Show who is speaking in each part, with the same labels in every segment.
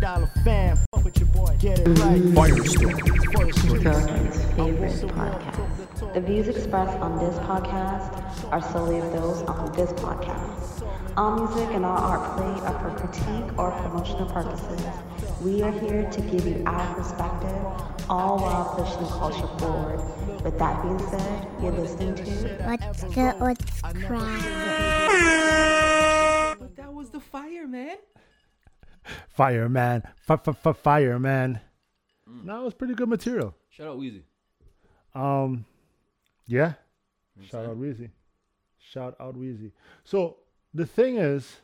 Speaker 1: dollar fam. Fuck with your boy. Get it right. For the streets.
Speaker 2: German's
Speaker 1: I
Speaker 2: favorite
Speaker 1: walk the walk, talk the
Speaker 2: podcast.
Speaker 1: talk.
Speaker 2: The views expressed on this podcast are solely of those on this podcast. All music and all art played are for critique or promotional purposes. We are here to give you our perspective, all while pushing culture forward. With that being said, you're listening to
Speaker 3: What's good? What's crack?
Speaker 4: But that was the fire, man.
Speaker 5: Fireman. Fireman. No, it was pretty good material.
Speaker 4: Mm. Shout out Weezy.
Speaker 5: Um, yeah. Shout out Weezy. Shout out Weezy. So the thing is,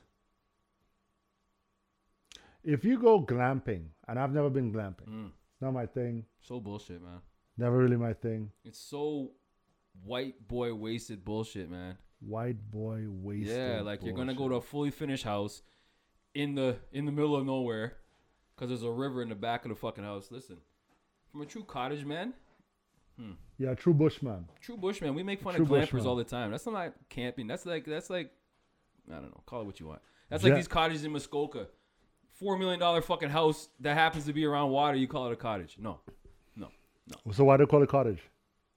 Speaker 5: if you go glamping, and I've never been glamping, it's not my thing.
Speaker 4: Mm. So bullshit, man.
Speaker 5: Never really my thing.
Speaker 4: It's so white boy wasted bullshit, man.
Speaker 5: White boy wasted.
Speaker 4: yeah, like you're gonna go to a fully finished house in the in the middle of nowhere because there's a river in the back of the fucking house. Listen, from a true cottage man,
Speaker 5: yeah, true bushman.
Speaker 4: true bushman, we make fun
Speaker 5: True
Speaker 4: of glampers
Speaker 5: bushman.
Speaker 4: all the time. That's not like camping. That's like that's like I don't know. Call it what you want. That's
Speaker 5: Yeah.
Speaker 4: like these cottages in Muskoka, four million dollar fucking house that happens to be around water. You call it a cottage? No,
Speaker 5: So why they call it cottage?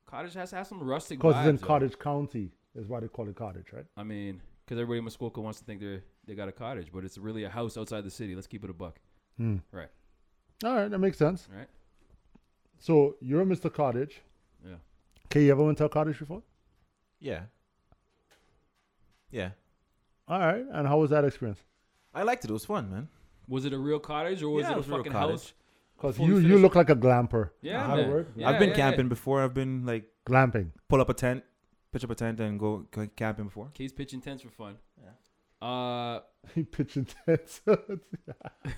Speaker 4: cottage has to have some rustic.
Speaker 5: Because it's in
Speaker 4: vibes, yo.
Speaker 5: Cottage County. Is why they call it cottage, right?
Speaker 4: I mean, because everybody in Muskoka wants to think they are they got a cottage, but it's really a house outside the city. Let's keep it a buck.
Speaker 5: Hmm.
Speaker 4: Right.
Speaker 5: All right, that makes sense.
Speaker 4: All right.
Speaker 5: So you're Mr. Cottage.
Speaker 4: Yeah.
Speaker 5: Okay, you ever went to a cottage before?
Speaker 6: Yeah. Yeah.
Speaker 5: All right, and how was that experience?
Speaker 6: I liked it. It was fun, man.
Speaker 4: Was it a real cottage or was
Speaker 6: Yeah,
Speaker 4: it
Speaker 6: it
Speaker 4: a
Speaker 6: was a real
Speaker 4: fucking
Speaker 6: cottage.
Speaker 4: house?
Speaker 5: Because
Speaker 4: Fully
Speaker 5: you, you
Speaker 4: finished.
Speaker 5: look like a glamper.
Speaker 4: Yeah,
Speaker 5: How to
Speaker 4: man.
Speaker 5: work?
Speaker 4: Yeah,
Speaker 6: I've been
Speaker 4: yeah, yeah.
Speaker 6: camping before. I've been like
Speaker 5: Glamping.
Speaker 6: pull up a tent, pitch up a tent, and go, go camping before.
Speaker 4: Case pitching tents for fun. Yeah. Uh,
Speaker 5: He pitching tents.
Speaker 6: Put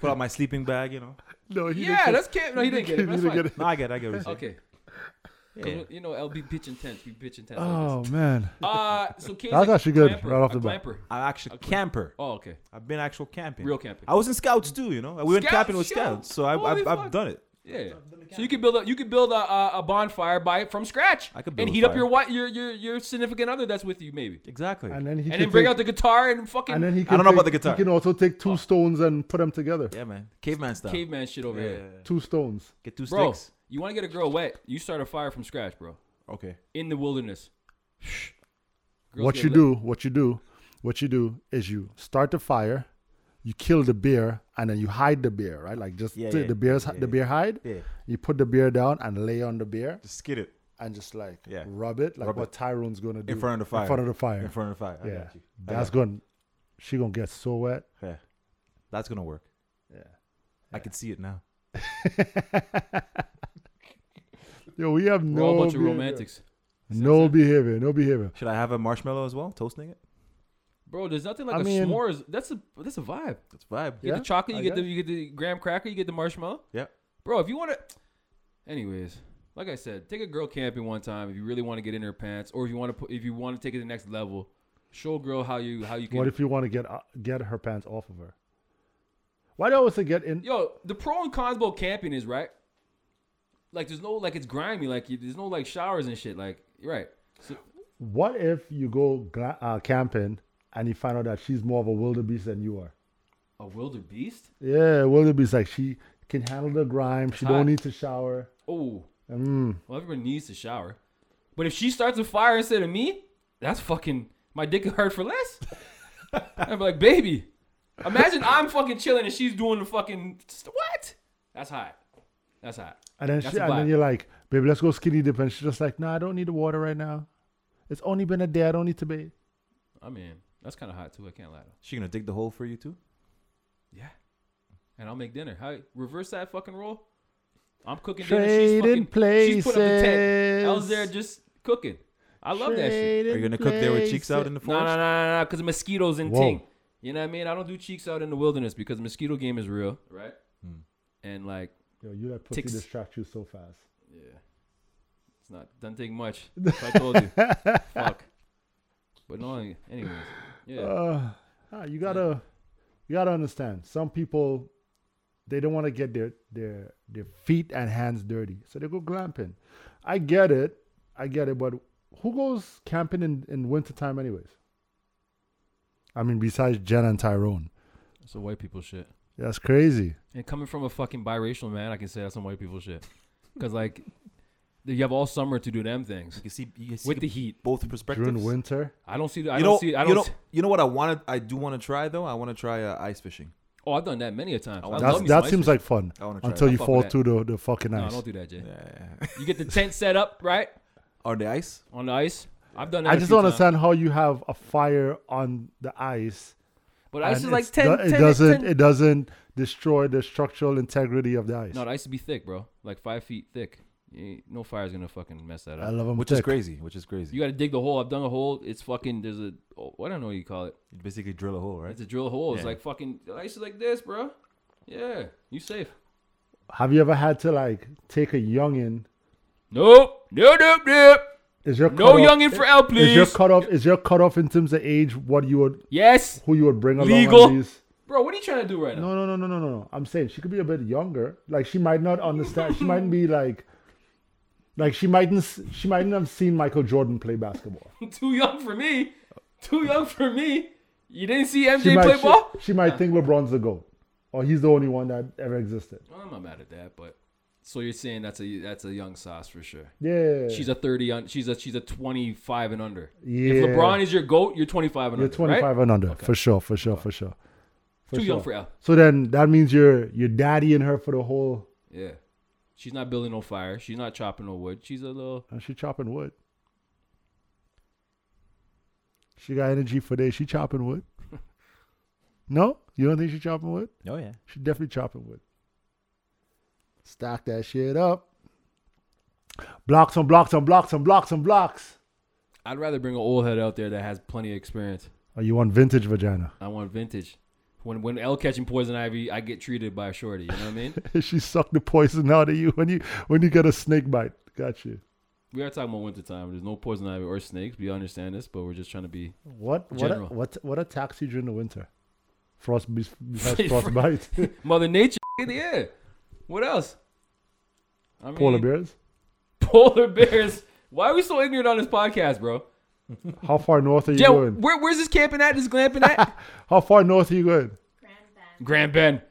Speaker 6: out my sleeping bag, you know.
Speaker 5: no, he
Speaker 4: yeah,
Speaker 5: didn't
Speaker 4: that's camp. No, he didn't get it.
Speaker 5: he
Speaker 4: That's
Speaker 5: didn't
Speaker 4: fine.
Speaker 5: get it.
Speaker 6: No, I get, it, I get what you're saying.
Speaker 4: Okay. 'Cause,
Speaker 6: Yeah.
Speaker 4: You know, LB pitching tents. We pitching tents.
Speaker 5: Oh man,
Speaker 4: Uh, so Case
Speaker 5: That's
Speaker 4: a
Speaker 5: actually good,
Speaker 4: Clamper,
Speaker 5: right off
Speaker 4: a
Speaker 5: the bat.
Speaker 4: clamper.
Speaker 6: I'm actually camper.
Speaker 4: Oh, okay.
Speaker 6: I've been actual camping.
Speaker 4: Real camping.
Speaker 6: I was in scouts too, you know. We went
Speaker 4: Scouts,
Speaker 6: camping with
Speaker 4: yo.
Speaker 6: scouts, so I,
Speaker 4: Holy
Speaker 6: I,
Speaker 4: fuck.
Speaker 6: I've done it.
Speaker 4: Yeah. So you could build a you could build a, a, a bonfire by it from scratch.
Speaker 6: I could build
Speaker 4: and
Speaker 6: a
Speaker 4: heat up
Speaker 6: fire.
Speaker 4: your what your your your significant other that's with you maybe.
Speaker 6: Exactly.
Speaker 5: and then he
Speaker 4: And
Speaker 5: can
Speaker 4: then bring
Speaker 5: take-
Speaker 4: out the guitar and fucking
Speaker 5: and then he.
Speaker 6: I
Speaker 5: Can
Speaker 6: don't know
Speaker 5: take-
Speaker 6: about the guitar.
Speaker 5: He can also take
Speaker 4: Oh.
Speaker 5: two stones and put them together.
Speaker 6: yeah, man. Caveman style.
Speaker 4: caveman shit over
Speaker 6: Yeah,
Speaker 4: here.
Speaker 6: yeah, yeah.
Speaker 5: Two stones.
Speaker 6: Get two
Speaker 4: Bro,
Speaker 6: sticks.
Speaker 4: you want to get a girl wet? You start a fire from scratch, bro.
Speaker 6: Okay.
Speaker 4: In the wilderness. Girls
Speaker 5: What
Speaker 4: get
Speaker 5: you
Speaker 4: lit.
Speaker 5: do? What you do? What you do is you start the fire, you kill the bear, and then you hide the bear, right? Like just
Speaker 6: Yeah,
Speaker 5: t-
Speaker 6: yeah,
Speaker 5: the bear's
Speaker 6: yeah,
Speaker 5: the
Speaker 6: yeah.
Speaker 5: bear hide.
Speaker 6: Yeah.
Speaker 5: You put the bear down and lay on the bear
Speaker 6: Just skid it
Speaker 5: and just like
Speaker 6: Yeah.
Speaker 5: rub it, like
Speaker 6: Rub
Speaker 5: what
Speaker 6: it.
Speaker 5: Tyrone's gonna do
Speaker 6: in front of the fire.
Speaker 5: In front of the fire.
Speaker 6: In front of the fire. I
Speaker 5: yeah,
Speaker 6: got you. I
Speaker 5: that's
Speaker 6: got
Speaker 5: going. She gonna get so wet.
Speaker 6: you. Yeah. That's gonna work. Yeah. I can see it now.
Speaker 5: Yo, we have
Speaker 4: We're
Speaker 5: no
Speaker 4: all a bunch of
Speaker 5: behavior.
Speaker 4: romantics.
Speaker 5: No behavior. No behavior.
Speaker 6: Should I have a marshmallow as well, toasting it?
Speaker 4: Bro, there's nothing like
Speaker 5: I
Speaker 4: a
Speaker 5: mean-
Speaker 4: s'mores. That's a that's a vibe.
Speaker 6: That's vibe.
Speaker 4: You
Speaker 5: Yeah,
Speaker 4: get the chocolate,
Speaker 5: I
Speaker 4: you get the
Speaker 5: guess.
Speaker 4: you get the graham cracker, you get the marshmallow.
Speaker 6: Yeah.
Speaker 4: Bro, if you want to Anyways, like I said, take a girl camping one time if you really want to get in her pants or if you want to put if you want to take it to the next level. Show a girl how you how you can
Speaker 5: What if you want to get uh, get her pants off of her? Why do I always say get in?
Speaker 4: Yo, the pro and cons about camping is right. Like, there's no like it's grimy. Like, you, there's no like showers and shit. Like, you're right? So,
Speaker 5: What if you go gla- uh, camping and you find out that she's more of a wildebeest than you are?
Speaker 4: a wildebeest?
Speaker 5: Yeah, wildebeest like she can handle the grime. She
Speaker 4: hot.
Speaker 5: don't need to shower.
Speaker 4: Oh, well, everyone needs to shower. But if she starts a fire instead of me, that's fucking my dick could hurt for less. I'm like, baby, imagine I'm fucking chilling and she's doing the fucking what? That's hot. That's hot.
Speaker 5: And then
Speaker 4: That's
Speaker 5: she,
Speaker 4: a
Speaker 5: and then
Speaker 4: vibe.
Speaker 5: you're like, baby, let's go skinny dip. And she's just like, no, I don't need the water right now. It's only been a day. I don't need to bathe.
Speaker 4: I mean, that's kind of hot too. I can't lie. Though.
Speaker 6: She gonna dig the hole for you too?
Speaker 4: Yeah. And I'll make dinner. How reverse that fucking roll? I'm cooking
Speaker 5: Trading
Speaker 4: dinner. She's fucking she's put up the tent. I
Speaker 5: places.
Speaker 4: was there just cooking. I love that shit.
Speaker 6: Are you gonna cook there with cheeks out in the
Speaker 4: No,
Speaker 6: forest?
Speaker 4: no, no, no, no, because mosquitoes and
Speaker 5: Whoa.
Speaker 4: ting. You know what I mean? I don't do cheeks out in the wilderness because mosquito game is real, right?
Speaker 5: Hmm.
Speaker 4: And like,
Speaker 5: Yo, you let pussy
Speaker 4: Ticks.
Speaker 5: distract you so fast.
Speaker 4: yeah, it's not doesn't take much. If I told you, fuck. But no, anyways, yeah.
Speaker 5: Ah, you gotta, you gotta understand. Some people, they don't want to get their their their feet and hands dirty, so they go glamping. I get it, I get it. But who goes camping in in wintertime anyways? I mean, besides Jen and Tyrone.
Speaker 4: so white people shit.
Speaker 5: That's crazy.
Speaker 4: And coming from a fucking biracial man, I can say that's some white people shit. Because like, you have all summer to do them things.
Speaker 6: You can see, you can see
Speaker 4: With the heat.
Speaker 6: both perspectives.
Speaker 5: During winter.
Speaker 4: I don't see. the- I
Speaker 6: you
Speaker 4: don't
Speaker 6: know,
Speaker 4: see. I
Speaker 6: you
Speaker 4: don't.
Speaker 6: know,
Speaker 4: see-
Speaker 6: you know what I wanted. I do want to try though. I want to try uh, ice fishing.
Speaker 4: oh, I've done that many a times. I
Speaker 6: That's-
Speaker 4: love
Speaker 5: That's,
Speaker 4: me some
Speaker 5: that
Speaker 4: ice
Speaker 5: seems
Speaker 4: cream.
Speaker 5: like fun
Speaker 6: I wanna try
Speaker 5: until
Speaker 6: that.
Speaker 5: you
Speaker 4: Fuck
Speaker 5: fall
Speaker 4: that.
Speaker 5: through the, the fucking
Speaker 4: No,
Speaker 5: ice.
Speaker 4: don't do that, Jay.
Speaker 6: Yeah.
Speaker 4: You get the tent set up right
Speaker 6: On the ice.
Speaker 4: on the ice. I've done that.
Speaker 5: I
Speaker 4: a
Speaker 5: just
Speaker 4: few
Speaker 5: don't
Speaker 4: times.
Speaker 5: understand how you have a fire on the ice.
Speaker 4: But ice is
Speaker 5: and
Speaker 4: like
Speaker 5: it's
Speaker 4: 10,
Speaker 5: do-
Speaker 4: 10,
Speaker 5: It doesn't.
Speaker 4: 10
Speaker 5: It doesn't destroy the structural integrity of the ice.
Speaker 4: No, the ice would be thick, bro. Like five feet thick. You ain't- No fire's gonna fucking mess that
Speaker 5: I
Speaker 4: up.
Speaker 5: love them.
Speaker 6: Which is crazy. Which is crazy.
Speaker 4: You gotta dig the hole. I've done a hole. It's fucking. There's a. Oh, I don't know what you call it.
Speaker 6: You basically drill a hole, right?
Speaker 4: It's a drill hole. It's
Speaker 6: Yeah.
Speaker 4: like fucking. The ice is like this, bro. Yeah, you safe.
Speaker 5: Have you ever had to like take a youngin?
Speaker 4: Nope. Nope. Nope. Nope.
Speaker 5: Is your
Speaker 4: No
Speaker 5: cutoff-
Speaker 4: youngin for L,
Speaker 5: Is your
Speaker 4: please.
Speaker 5: cutoff? Is your cutoff in terms of age? What you would?
Speaker 4: Yes,
Speaker 5: Who you would bring along? on
Speaker 4: Legal.
Speaker 5: these?
Speaker 4: bro. What are you trying to do right now?
Speaker 5: No, no, no, no, no, no, no. I'm saying she could be a bit younger. Like she might not understand. she mightn't be like, like she mightn't. s- She mightn't have seen Michael Jordan play basketball.
Speaker 4: Too young for me. Too young for me. You didn't see
Speaker 5: She
Speaker 4: MJ
Speaker 5: might.
Speaker 4: play
Speaker 5: she,
Speaker 4: ball?
Speaker 5: she might think LeBron's the goat, or he's the only one that ever existed.
Speaker 4: Well, I'm not mad at that, but so you're saying that's a that's a young sauce for sure.
Speaker 5: Yeah.
Speaker 4: She's a 30 on she's a she's a 25 and under.
Speaker 5: Yeah.
Speaker 4: If LeBron is your goat, you're 25 and
Speaker 5: You're
Speaker 4: under. right?
Speaker 5: 25 and under for sure, for sure, for sure. For
Speaker 4: Too young
Speaker 5: sure.
Speaker 4: for L.
Speaker 5: So then that means you're you're daddying her for the whole.
Speaker 4: Yeah. She's not building no fire. She's not chopping no wood. She's a little
Speaker 5: And uh, she chopping wood. She got energy for days. She chopping wood. no, you don't think she chopping wood?
Speaker 6: Oh yeah.
Speaker 5: She definitely chopping wood. Stack that shit up. Blocks on blocks on blocks on blocks on blocks.
Speaker 4: I'd rather bring an old head out there that has plenty of experience.
Speaker 5: Oh, you want vintage vagina?
Speaker 4: I want vintage. When when L catching poison ivy, I get treated by a shorty, you know what I mean?
Speaker 5: she sucked the poison out of you when you when you get a snake bite. Got you.
Speaker 4: we are talking about wintertime. There's no poison ivy or snakes. We understand this, but we're just trying to be
Speaker 5: What
Speaker 4: General.
Speaker 5: what what what attacks you during the winter? Frost bes- besides frostbite,
Speaker 4: Mother Nature in the air. What else? I mean,
Speaker 5: polar bears.
Speaker 4: Polar bears. Why are we so ignorant on this podcast, bro?
Speaker 5: How far north are you
Speaker 4: Yeah,
Speaker 5: going?
Speaker 4: where, where's this camping at? This glamping at?
Speaker 5: How far north are you going?
Speaker 4: Grand Bend.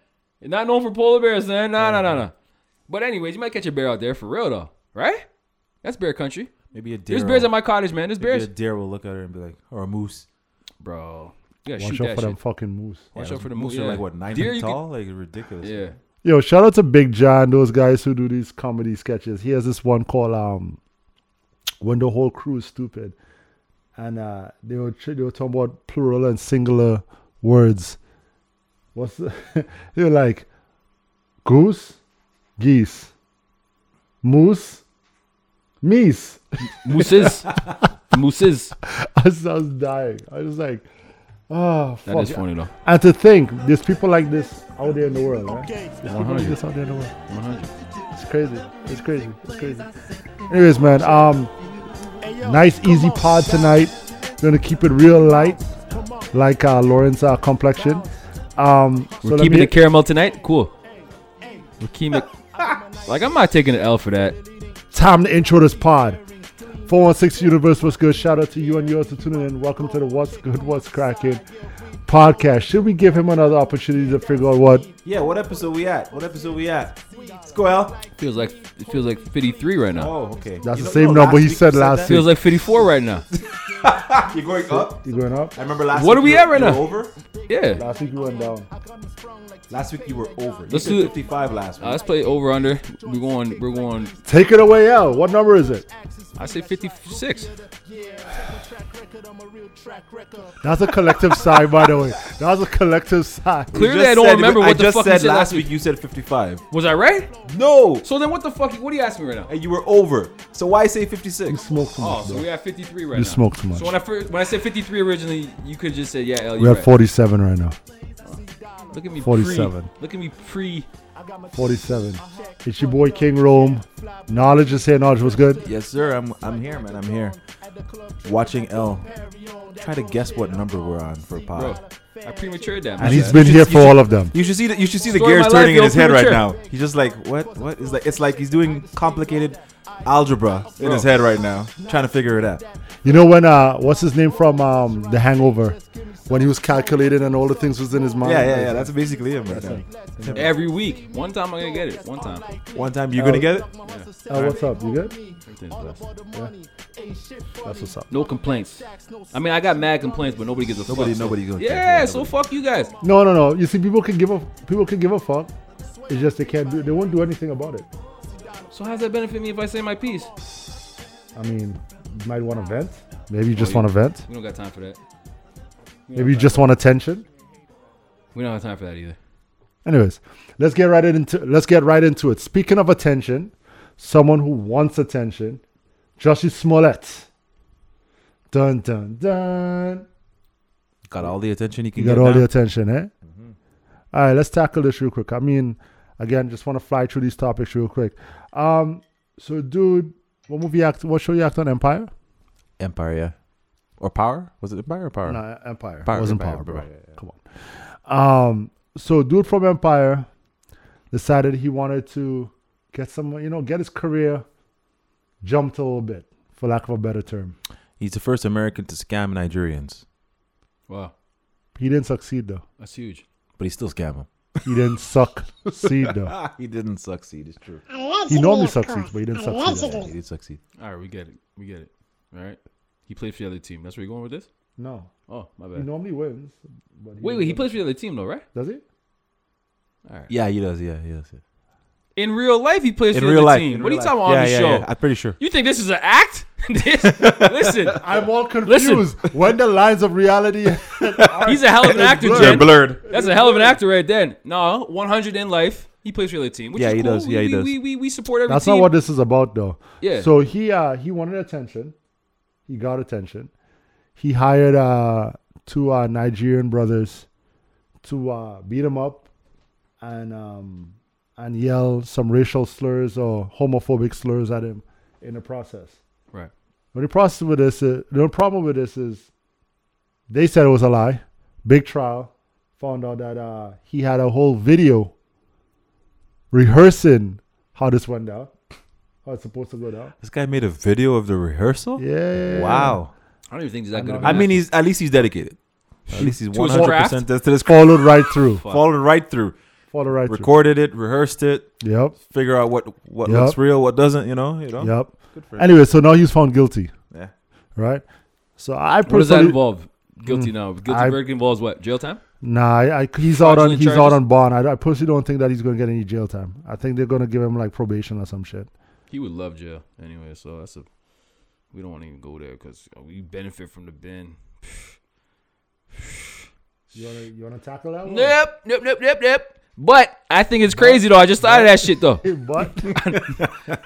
Speaker 4: You're not known for polar bears, man. Nah, nah, nah, nah. But anyways, you might catch a bear out there for real though, right? That's bear country.
Speaker 6: Maybe a deer.
Speaker 4: There's bears
Speaker 6: will-
Speaker 4: at my cottage, man. There's
Speaker 6: maybe
Speaker 4: bears,
Speaker 6: A deer will look at her and be like, or a moose.
Speaker 4: bro. Yeah,
Speaker 5: Watch
Speaker 4: shoot
Speaker 5: out
Speaker 4: that
Speaker 5: for them
Speaker 4: shit.
Speaker 5: fucking moose.
Speaker 4: Watch
Speaker 6: Yeah,
Speaker 4: out for the
Speaker 6: moose.
Speaker 4: moose.
Speaker 6: Are
Speaker 4: yeah.
Speaker 6: like what nine
Speaker 4: Deer,
Speaker 6: feet
Speaker 4: you could-
Speaker 6: tall? like ridiculous.
Speaker 4: yeah,
Speaker 5: Yo, shout out to Big John, those guys who do these comedy sketches. He has this one called um, "When the Whole Crew is Stupid," and uh, they were tr- they were talking about plural and singular words. What's the, they were like, goose, geese, moose, meese.
Speaker 4: mooses, mooses.
Speaker 5: I was, I was dying. I was like, oh, fuck.
Speaker 4: That is funny though.
Speaker 5: And to think, there's people like this out there in the world, right?
Speaker 1: Okay.
Speaker 5: There's people like this out there in the world.
Speaker 4: 100.
Speaker 5: It's crazy. It's crazy. It's crazy. Anyways, man. Um,
Speaker 1: Hey, yo,
Speaker 5: nice
Speaker 1: come
Speaker 5: easy
Speaker 1: on,
Speaker 5: pod
Speaker 1: son.
Speaker 5: tonight. Gonna keep it real light,
Speaker 1: Come on.
Speaker 5: like uh, Lauren's uh, complexion. Um, so
Speaker 4: We're
Speaker 5: let
Speaker 4: keeping
Speaker 5: me-
Speaker 4: the caramel tonight. Cool. We're keeping. like I'm not taking an L for that.
Speaker 5: time to intro this pod. 416 Universe, what's good? Shout out to you and yours for tuning in. Welcome to the What's Good, What's Cracking podcast. Should we give him another opportunity to figure out what?
Speaker 6: Yeah. What episode we at? What episode we at? Let's go, Al.
Speaker 4: Feels like it feels like 53 right now.
Speaker 6: Oh, okay.
Speaker 5: That's the same number
Speaker 6: last
Speaker 5: he
Speaker 6: week
Speaker 5: said
Speaker 6: you
Speaker 5: last
Speaker 6: that?
Speaker 5: week.
Speaker 4: Feels like 54 right now.
Speaker 6: You're going up.
Speaker 5: You going up?
Speaker 6: I remember last.
Speaker 4: What
Speaker 6: week
Speaker 4: are we
Speaker 6: you
Speaker 4: at
Speaker 6: were-
Speaker 4: right
Speaker 6: you were
Speaker 4: now?
Speaker 6: Over.
Speaker 4: Yeah.
Speaker 5: Last week you went down.
Speaker 6: Last week you were over. You
Speaker 4: Let's
Speaker 6: said
Speaker 4: do it.
Speaker 6: 55 last
Speaker 4: Uh,
Speaker 6: week.
Speaker 4: let's play over under. We're going. We're going.
Speaker 5: Take it away, L. What number is it?
Speaker 4: I say 56.
Speaker 5: That's a collective sigh, by the way. That was a collective sigh.
Speaker 6: You
Speaker 4: Clearly,
Speaker 6: just
Speaker 4: I don't
Speaker 6: said-
Speaker 4: remember
Speaker 6: I
Speaker 4: what the
Speaker 6: just
Speaker 4: fuck
Speaker 6: said
Speaker 4: you
Speaker 6: last week. You said 55.
Speaker 4: Was I right?
Speaker 6: No.
Speaker 4: So then, what the fuck? What are you asking me right now?
Speaker 6: And you were over. So why say
Speaker 5: You
Speaker 6: 56?
Speaker 5: smoked too much.
Speaker 4: Oh, so
Speaker 5: bro.
Speaker 4: we have 53 right
Speaker 5: You
Speaker 4: now.
Speaker 5: smoke too much.
Speaker 4: So when I first, when I said 53 originally, you could just say yeah. L,
Speaker 5: We're
Speaker 4: you're
Speaker 5: at 47 right now.
Speaker 4: right. Look at me.
Speaker 5: 47.
Speaker 4: Pre, look at me pre.
Speaker 5: 47. It's your boy King Rome. Knowledge is here. Knowledge was good.
Speaker 6: Yes, sir. I'm I'm here, man. I'm here. Watching L. Try to guess what number we're on for
Speaker 4: Bro,
Speaker 6: pod.
Speaker 4: I prematured that.
Speaker 5: And
Speaker 4: man.
Speaker 5: he's been
Speaker 6: You
Speaker 5: here
Speaker 6: should-
Speaker 5: for
Speaker 6: you
Speaker 5: all
Speaker 6: should-
Speaker 5: of them.
Speaker 6: You should see the you should see the
Speaker 4: Story of
Speaker 6: gears
Speaker 4: my life,
Speaker 6: turning in
Speaker 4: yo,
Speaker 6: his head right
Speaker 4: premature.
Speaker 6: now. He's just like, what what is like it's like he's doing complicated algebra in
Speaker 4: Bro.
Speaker 6: his head right now, trying to figure it out.
Speaker 5: You know when uh what's his name from um The Hangover? when he was calculating and all the things was in his mind.
Speaker 6: Yeah, yeah, yeah. That's basically it, man.
Speaker 4: Every week. One time I'm gonna get it. One time.
Speaker 6: One time you're gonna get it.
Speaker 5: Oh, what's up? You good?
Speaker 4: Everything's blessed.
Speaker 5: That's what's up.
Speaker 4: No complaints. I mean, I got mad complaints, but nobody gives a
Speaker 6: Nobody,
Speaker 4: fuck. so-
Speaker 6: nobody gonna care.
Speaker 4: Yeah, so fuck you guys.
Speaker 5: No, no, no. You see, people can give a people can give a fuck. It's just they can't do. They won't do anything about it.
Speaker 4: So how's that benefit me if I say my piece?
Speaker 5: I mean, you might want to vent. Maybe you just want to vent.
Speaker 4: We don't got time for that.
Speaker 5: Maybe you just want attention.
Speaker 4: We don't have time for that either.
Speaker 5: Anyways, let's get right into let's get right into it. Speaking of attention, someone who wants attention, Justice Smollett. Dun dun dun.
Speaker 6: Got all the attention you can
Speaker 5: You got
Speaker 6: get.
Speaker 5: all
Speaker 6: now.
Speaker 5: the attention, eh? All right, let's tackle this real quick. I mean, again, just want to fly through these topics real quick. Um, so dude, what movie act? What show you act on? Empire?
Speaker 6: Empire, yeah. Or power? Was it Empire or power?
Speaker 5: No, E-, Empire.
Speaker 6: Power,
Speaker 5: wasn't
Speaker 6: Empire,
Speaker 5: Power, bro.
Speaker 6: Empire, yeah, yeah.
Speaker 5: Come on. Um, so dude from Empire decided he wanted to get some, you know, get his career jumped a little bit, for lack of a better term.
Speaker 6: He's the first American to scam Nigerians,
Speaker 4: Wow,
Speaker 5: He didn't succeed though.
Speaker 4: that's huge.
Speaker 6: but he still scam them.
Speaker 5: He didn't succeed though.
Speaker 6: Ah, he didn't succeed. It's true.
Speaker 3: Allegedly,
Speaker 5: He normally
Speaker 3: of
Speaker 5: succeeds,
Speaker 3: course.
Speaker 5: but he didn't succeed.
Speaker 3: Allegedly.
Speaker 6: He did succeed.
Speaker 4: All right, we get it. We get it. All right. He played for the other team. That's where you're going with this?
Speaker 5: No,
Speaker 4: Oh, my
Speaker 5: he
Speaker 4: bad.
Speaker 5: normally wins. But
Speaker 4: Wait, wait. He plays for the other team though, right?
Speaker 5: Does he?
Speaker 4: All right.
Speaker 6: Yeah, he does. Yeah, he does. Yeah.
Speaker 4: In real life, he plays
Speaker 6: In
Speaker 4: for the
Speaker 6: real
Speaker 4: other
Speaker 6: life.
Speaker 4: team.
Speaker 6: in
Speaker 4: What are
Speaker 6: real
Speaker 4: you
Speaker 6: life.
Speaker 4: talking about
Speaker 6: yeah,
Speaker 4: on the
Speaker 6: yeah,
Speaker 4: show?
Speaker 6: yeah. I'm pretty sure.
Speaker 4: You think this is an act? This- Listen,
Speaker 5: I'm all confused.
Speaker 4: Listen.
Speaker 5: When the lines of reality,
Speaker 4: he's a hell of an actor,
Speaker 5: blurred.
Speaker 4: Jen.
Speaker 6: blurred.
Speaker 4: That's a hell of an actor right then. No, 100 in life. He plays for the other team. Which
Speaker 6: Yeah,
Speaker 4: is
Speaker 6: he
Speaker 4: cool.
Speaker 6: does. Yeah,
Speaker 4: we,
Speaker 6: he
Speaker 4: we,
Speaker 6: does.
Speaker 4: We, we, we support every
Speaker 5: that's
Speaker 4: team.
Speaker 5: not what this is about though.
Speaker 4: Yeah.
Speaker 5: So he uh he wanted attention. He got attention. He hired uh two uh Nigerian brothers to uh beat him up and um and yell some racial slurs or homophobic slurs at him in the process.
Speaker 4: Right.
Speaker 5: But the process with this is the problem with this is they said it was a lie. Big trial found out that uh he had a whole video rehearsing how this went down. How it's supposed to go down.
Speaker 6: This guy made a video of the rehearsal.
Speaker 5: Yeah.
Speaker 6: Wow.
Speaker 4: I don't even think he's that good. of an
Speaker 6: I mean,
Speaker 4: actor.
Speaker 6: he's at least he's dedicated. At least he's
Speaker 4: To his
Speaker 6: 100
Speaker 4: craft?
Speaker 6: percent to this.
Speaker 5: Followed right through.
Speaker 6: Followed right through.
Speaker 5: Followed right
Speaker 6: Recorded it, rehearsed it,
Speaker 5: through. Yep.
Speaker 6: figure out what what
Speaker 5: Yep.
Speaker 6: looks real, what doesn't. You know. You know.
Speaker 5: Yep.
Speaker 6: Good for him.
Speaker 5: Anyway, so now he's found guilty,
Speaker 6: Yeah.
Speaker 5: right? So I
Speaker 4: what does that
Speaker 5: personally,
Speaker 4: involve? Guilty now. Guilty
Speaker 5: I-
Speaker 4: verdict involves what? Jail time?
Speaker 5: nah, I, I- he's out on
Speaker 4: Fraudulent
Speaker 5: he's out
Speaker 4: charges?
Speaker 5: on bond. I, I personally don't think that he's gonna get any jail time. I think they're gonna give him like probation or some shit.
Speaker 4: He would love jail anyway, so that's a. We don't want to even go there because we benefit from the bin.
Speaker 5: You wanna you wanna tackle that one?
Speaker 4: Nope, nope, nope, nope, nope. But I think it's crazy though. I just thought of that shit though.
Speaker 5: But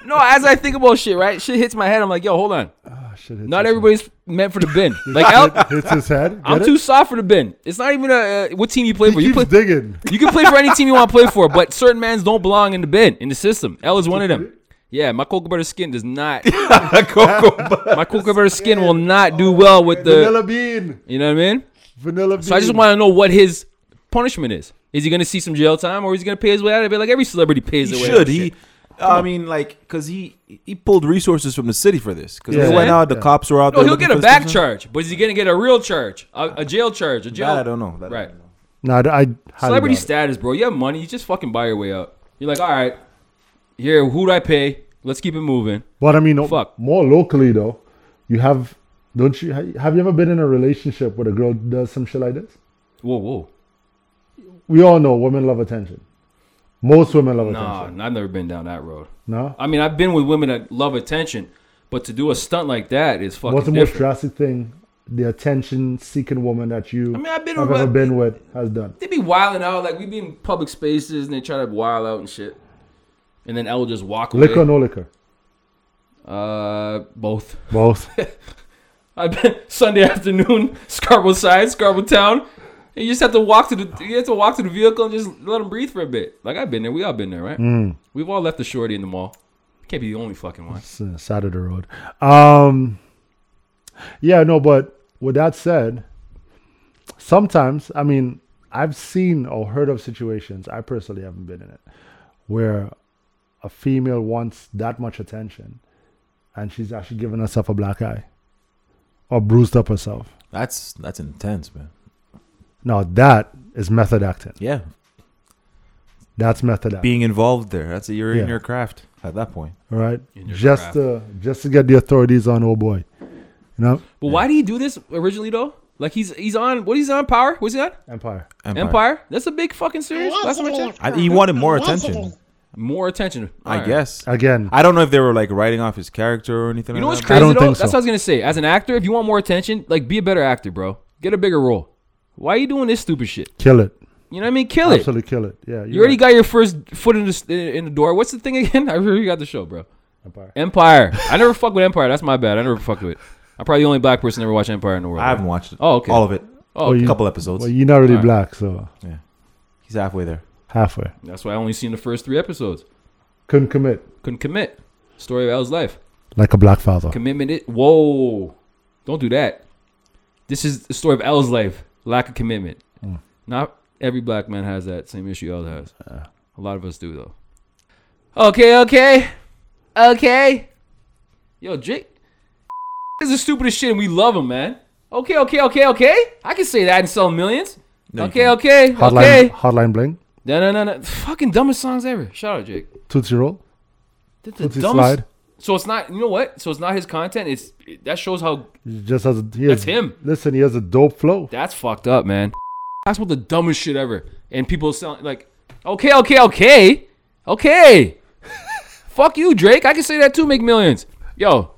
Speaker 4: No, as I think about shit, right? Shit hits my head. I'm like, yo, hold on.
Speaker 5: Ah, shit, hits
Speaker 4: Not
Speaker 5: his
Speaker 4: everybody's meant for the bin. Like, El-
Speaker 5: head. hits his head.
Speaker 4: I'm
Speaker 5: Get
Speaker 4: too
Speaker 5: it?
Speaker 4: soft for the bin. It's not even a uh, what team you play for.
Speaker 5: He
Speaker 4: You play.
Speaker 5: keeps digging.
Speaker 4: You can play for any team you want to play for, but certain mans don't belong in the bin in the system. L is one of them. Yeah, my cocoa butter skin does not. my cocoa butter skin will not do well with the.
Speaker 5: Vanilla bean.
Speaker 4: You know what I mean?
Speaker 5: Vanilla bean.
Speaker 4: So I just want to know what his punishment is. Is he going to see some jail time, or is he going to pay his way out of it? Like every celebrity pays
Speaker 6: He
Speaker 4: their way. out
Speaker 6: should.
Speaker 4: of
Speaker 6: He.
Speaker 4: shit.
Speaker 6: I mean, like, cause he he pulled resources from the city for this. Cause
Speaker 5: Yeah.
Speaker 6: they went out, the
Speaker 5: Yeah.
Speaker 6: cops were out
Speaker 4: No,
Speaker 6: there.
Speaker 4: he'll
Speaker 6: looking
Speaker 4: get a
Speaker 6: for
Speaker 4: back
Speaker 6: stuff.
Speaker 4: charge, but is he going to get a real charge, a, a jail charge, a jail?
Speaker 6: That I don't know. That I
Speaker 4: Right.
Speaker 6: don't know.
Speaker 5: Nah, I highly
Speaker 4: Celebrity
Speaker 5: doubt it.
Speaker 4: status, bro. You have money. You just fucking buy your way out. You're like, all right, here. Who do I pay? Let's keep it moving.
Speaker 5: But I mean, o-
Speaker 4: Fuck.
Speaker 5: more locally though, you have don't you ha- have you ever been in a relationship where a girl does some shit like this?
Speaker 4: Whoa, whoa.
Speaker 5: We all know women love attention. Most women love
Speaker 4: Nah,
Speaker 5: attention.
Speaker 4: I've never been down that road.
Speaker 5: No.
Speaker 4: I mean, I've been with women that love attention, but to do a stunt like that is fucking
Speaker 5: What's the most
Speaker 4: different.
Speaker 5: drastic thing the attention-seeking woman that you
Speaker 4: mean, I've been
Speaker 5: have
Speaker 4: with-
Speaker 5: ever been with has done?
Speaker 4: they be wilding out like we be in public spaces and they try to wild out and shit, and then Elle will just walk away.
Speaker 5: Liquor, no liquor.
Speaker 4: Uh, both.
Speaker 5: Both.
Speaker 4: I've been Sunday afternoon, Scarborough side, Scarborough town. And you just have to walk to the you have to walk to the vehicle and just let them breathe for a bit. Like I've been there, we all been there, right?
Speaker 5: Hmm.
Speaker 4: We've all left the shorty in the mall. Can't be the only fucking one.
Speaker 5: It's on the side of the uh, road. Um, yeah, no, but with that said, sometimes, I mean, I've seen or heard of situations, I personally haven't been in it, where a female wants that much attention and she's actually giving herself a black eye or bruised up herself.
Speaker 6: That's that's intense, man.
Speaker 5: Now that is method acting.
Speaker 6: Yeah,
Speaker 5: That's method acting.
Speaker 6: being involved there. That's a, you're
Speaker 5: Yeah.
Speaker 6: in your craft at that point.
Speaker 5: all right,
Speaker 4: In your
Speaker 5: just
Speaker 4: craft.
Speaker 5: to just to get the authorities on. Oh boy, you know
Speaker 4: But why did he do this originally though? Like he's he's on what he's on Power? What's he on?
Speaker 5: Empire.
Speaker 4: Empire. That's a big fucking series. Last time I checked.
Speaker 6: I, he wanted more attention,
Speaker 4: More attention.
Speaker 6: I
Speaker 4: Alright.
Speaker 6: guess.
Speaker 5: Again,
Speaker 6: I don't know if they were like writing off his character or anything.
Speaker 4: You
Speaker 6: like
Speaker 4: know what's
Speaker 6: that,
Speaker 4: crazy
Speaker 5: don't
Speaker 4: though?
Speaker 5: think
Speaker 4: That's
Speaker 5: so.
Speaker 4: what I was gonna say. As an actor, if you want more attention, like be a better actor, bro. Get a bigger role. Why are you doing this stupid shit?
Speaker 5: kill it.
Speaker 4: You know what I mean? Kill it.
Speaker 5: Absolutely kill it. Yeah,
Speaker 4: You already got your first foot in the in the door. What's the thing again? I already got the show, bro.
Speaker 5: Empire.
Speaker 4: Empire. I never fuck with Empire. That's my bad. I never fuck with it. I'm probably the only black person to ever watch Empire in the world.
Speaker 6: I haven't watched it.
Speaker 4: Oh, okay.
Speaker 6: All of it.
Speaker 4: Oh, okay.
Speaker 6: A couple episodes.
Speaker 5: Well, you're not really
Speaker 4: Alright.
Speaker 5: black, so
Speaker 6: He's halfway there.
Speaker 5: halfway.
Speaker 4: That's why I only seen the first three episodes.
Speaker 5: Couldn't commit
Speaker 4: Couldn't commit. Story of Al's life.
Speaker 5: like a black father.
Speaker 4: Commitment. It. Whoa. Don't do that. This is the story of Al's life. Lack of commitment. Not every black man has that same issue Al has. a lot of us do though. Okay. Okay. Okay. Yo, Drake is the stupidest shit, and we love him, man. Okay. Okay. Okay. Okay. I can say that and sell millions.
Speaker 6: No, you
Speaker 4: okay. Okay.
Speaker 5: Hotline,
Speaker 4: Okay.
Speaker 5: hotline bling.
Speaker 4: No, no, no, no. Fucking dumbest songs ever. Shout out, Jake.
Speaker 5: Tootsie roll.
Speaker 4: That's the
Speaker 5: Tootsie
Speaker 4: dumbest-
Speaker 5: slide.
Speaker 4: So it's not. You know what? So it's not his content. It's it- that shows how
Speaker 5: He just has. A, he has-
Speaker 4: That's him.
Speaker 5: Listen, he has a dope flow.
Speaker 4: that's fucked up, man. That's what the dumbest shit ever. And people sound like, okay, okay, okay, okay. Fuck you, Drake. I can say that too. Make millions. Yo,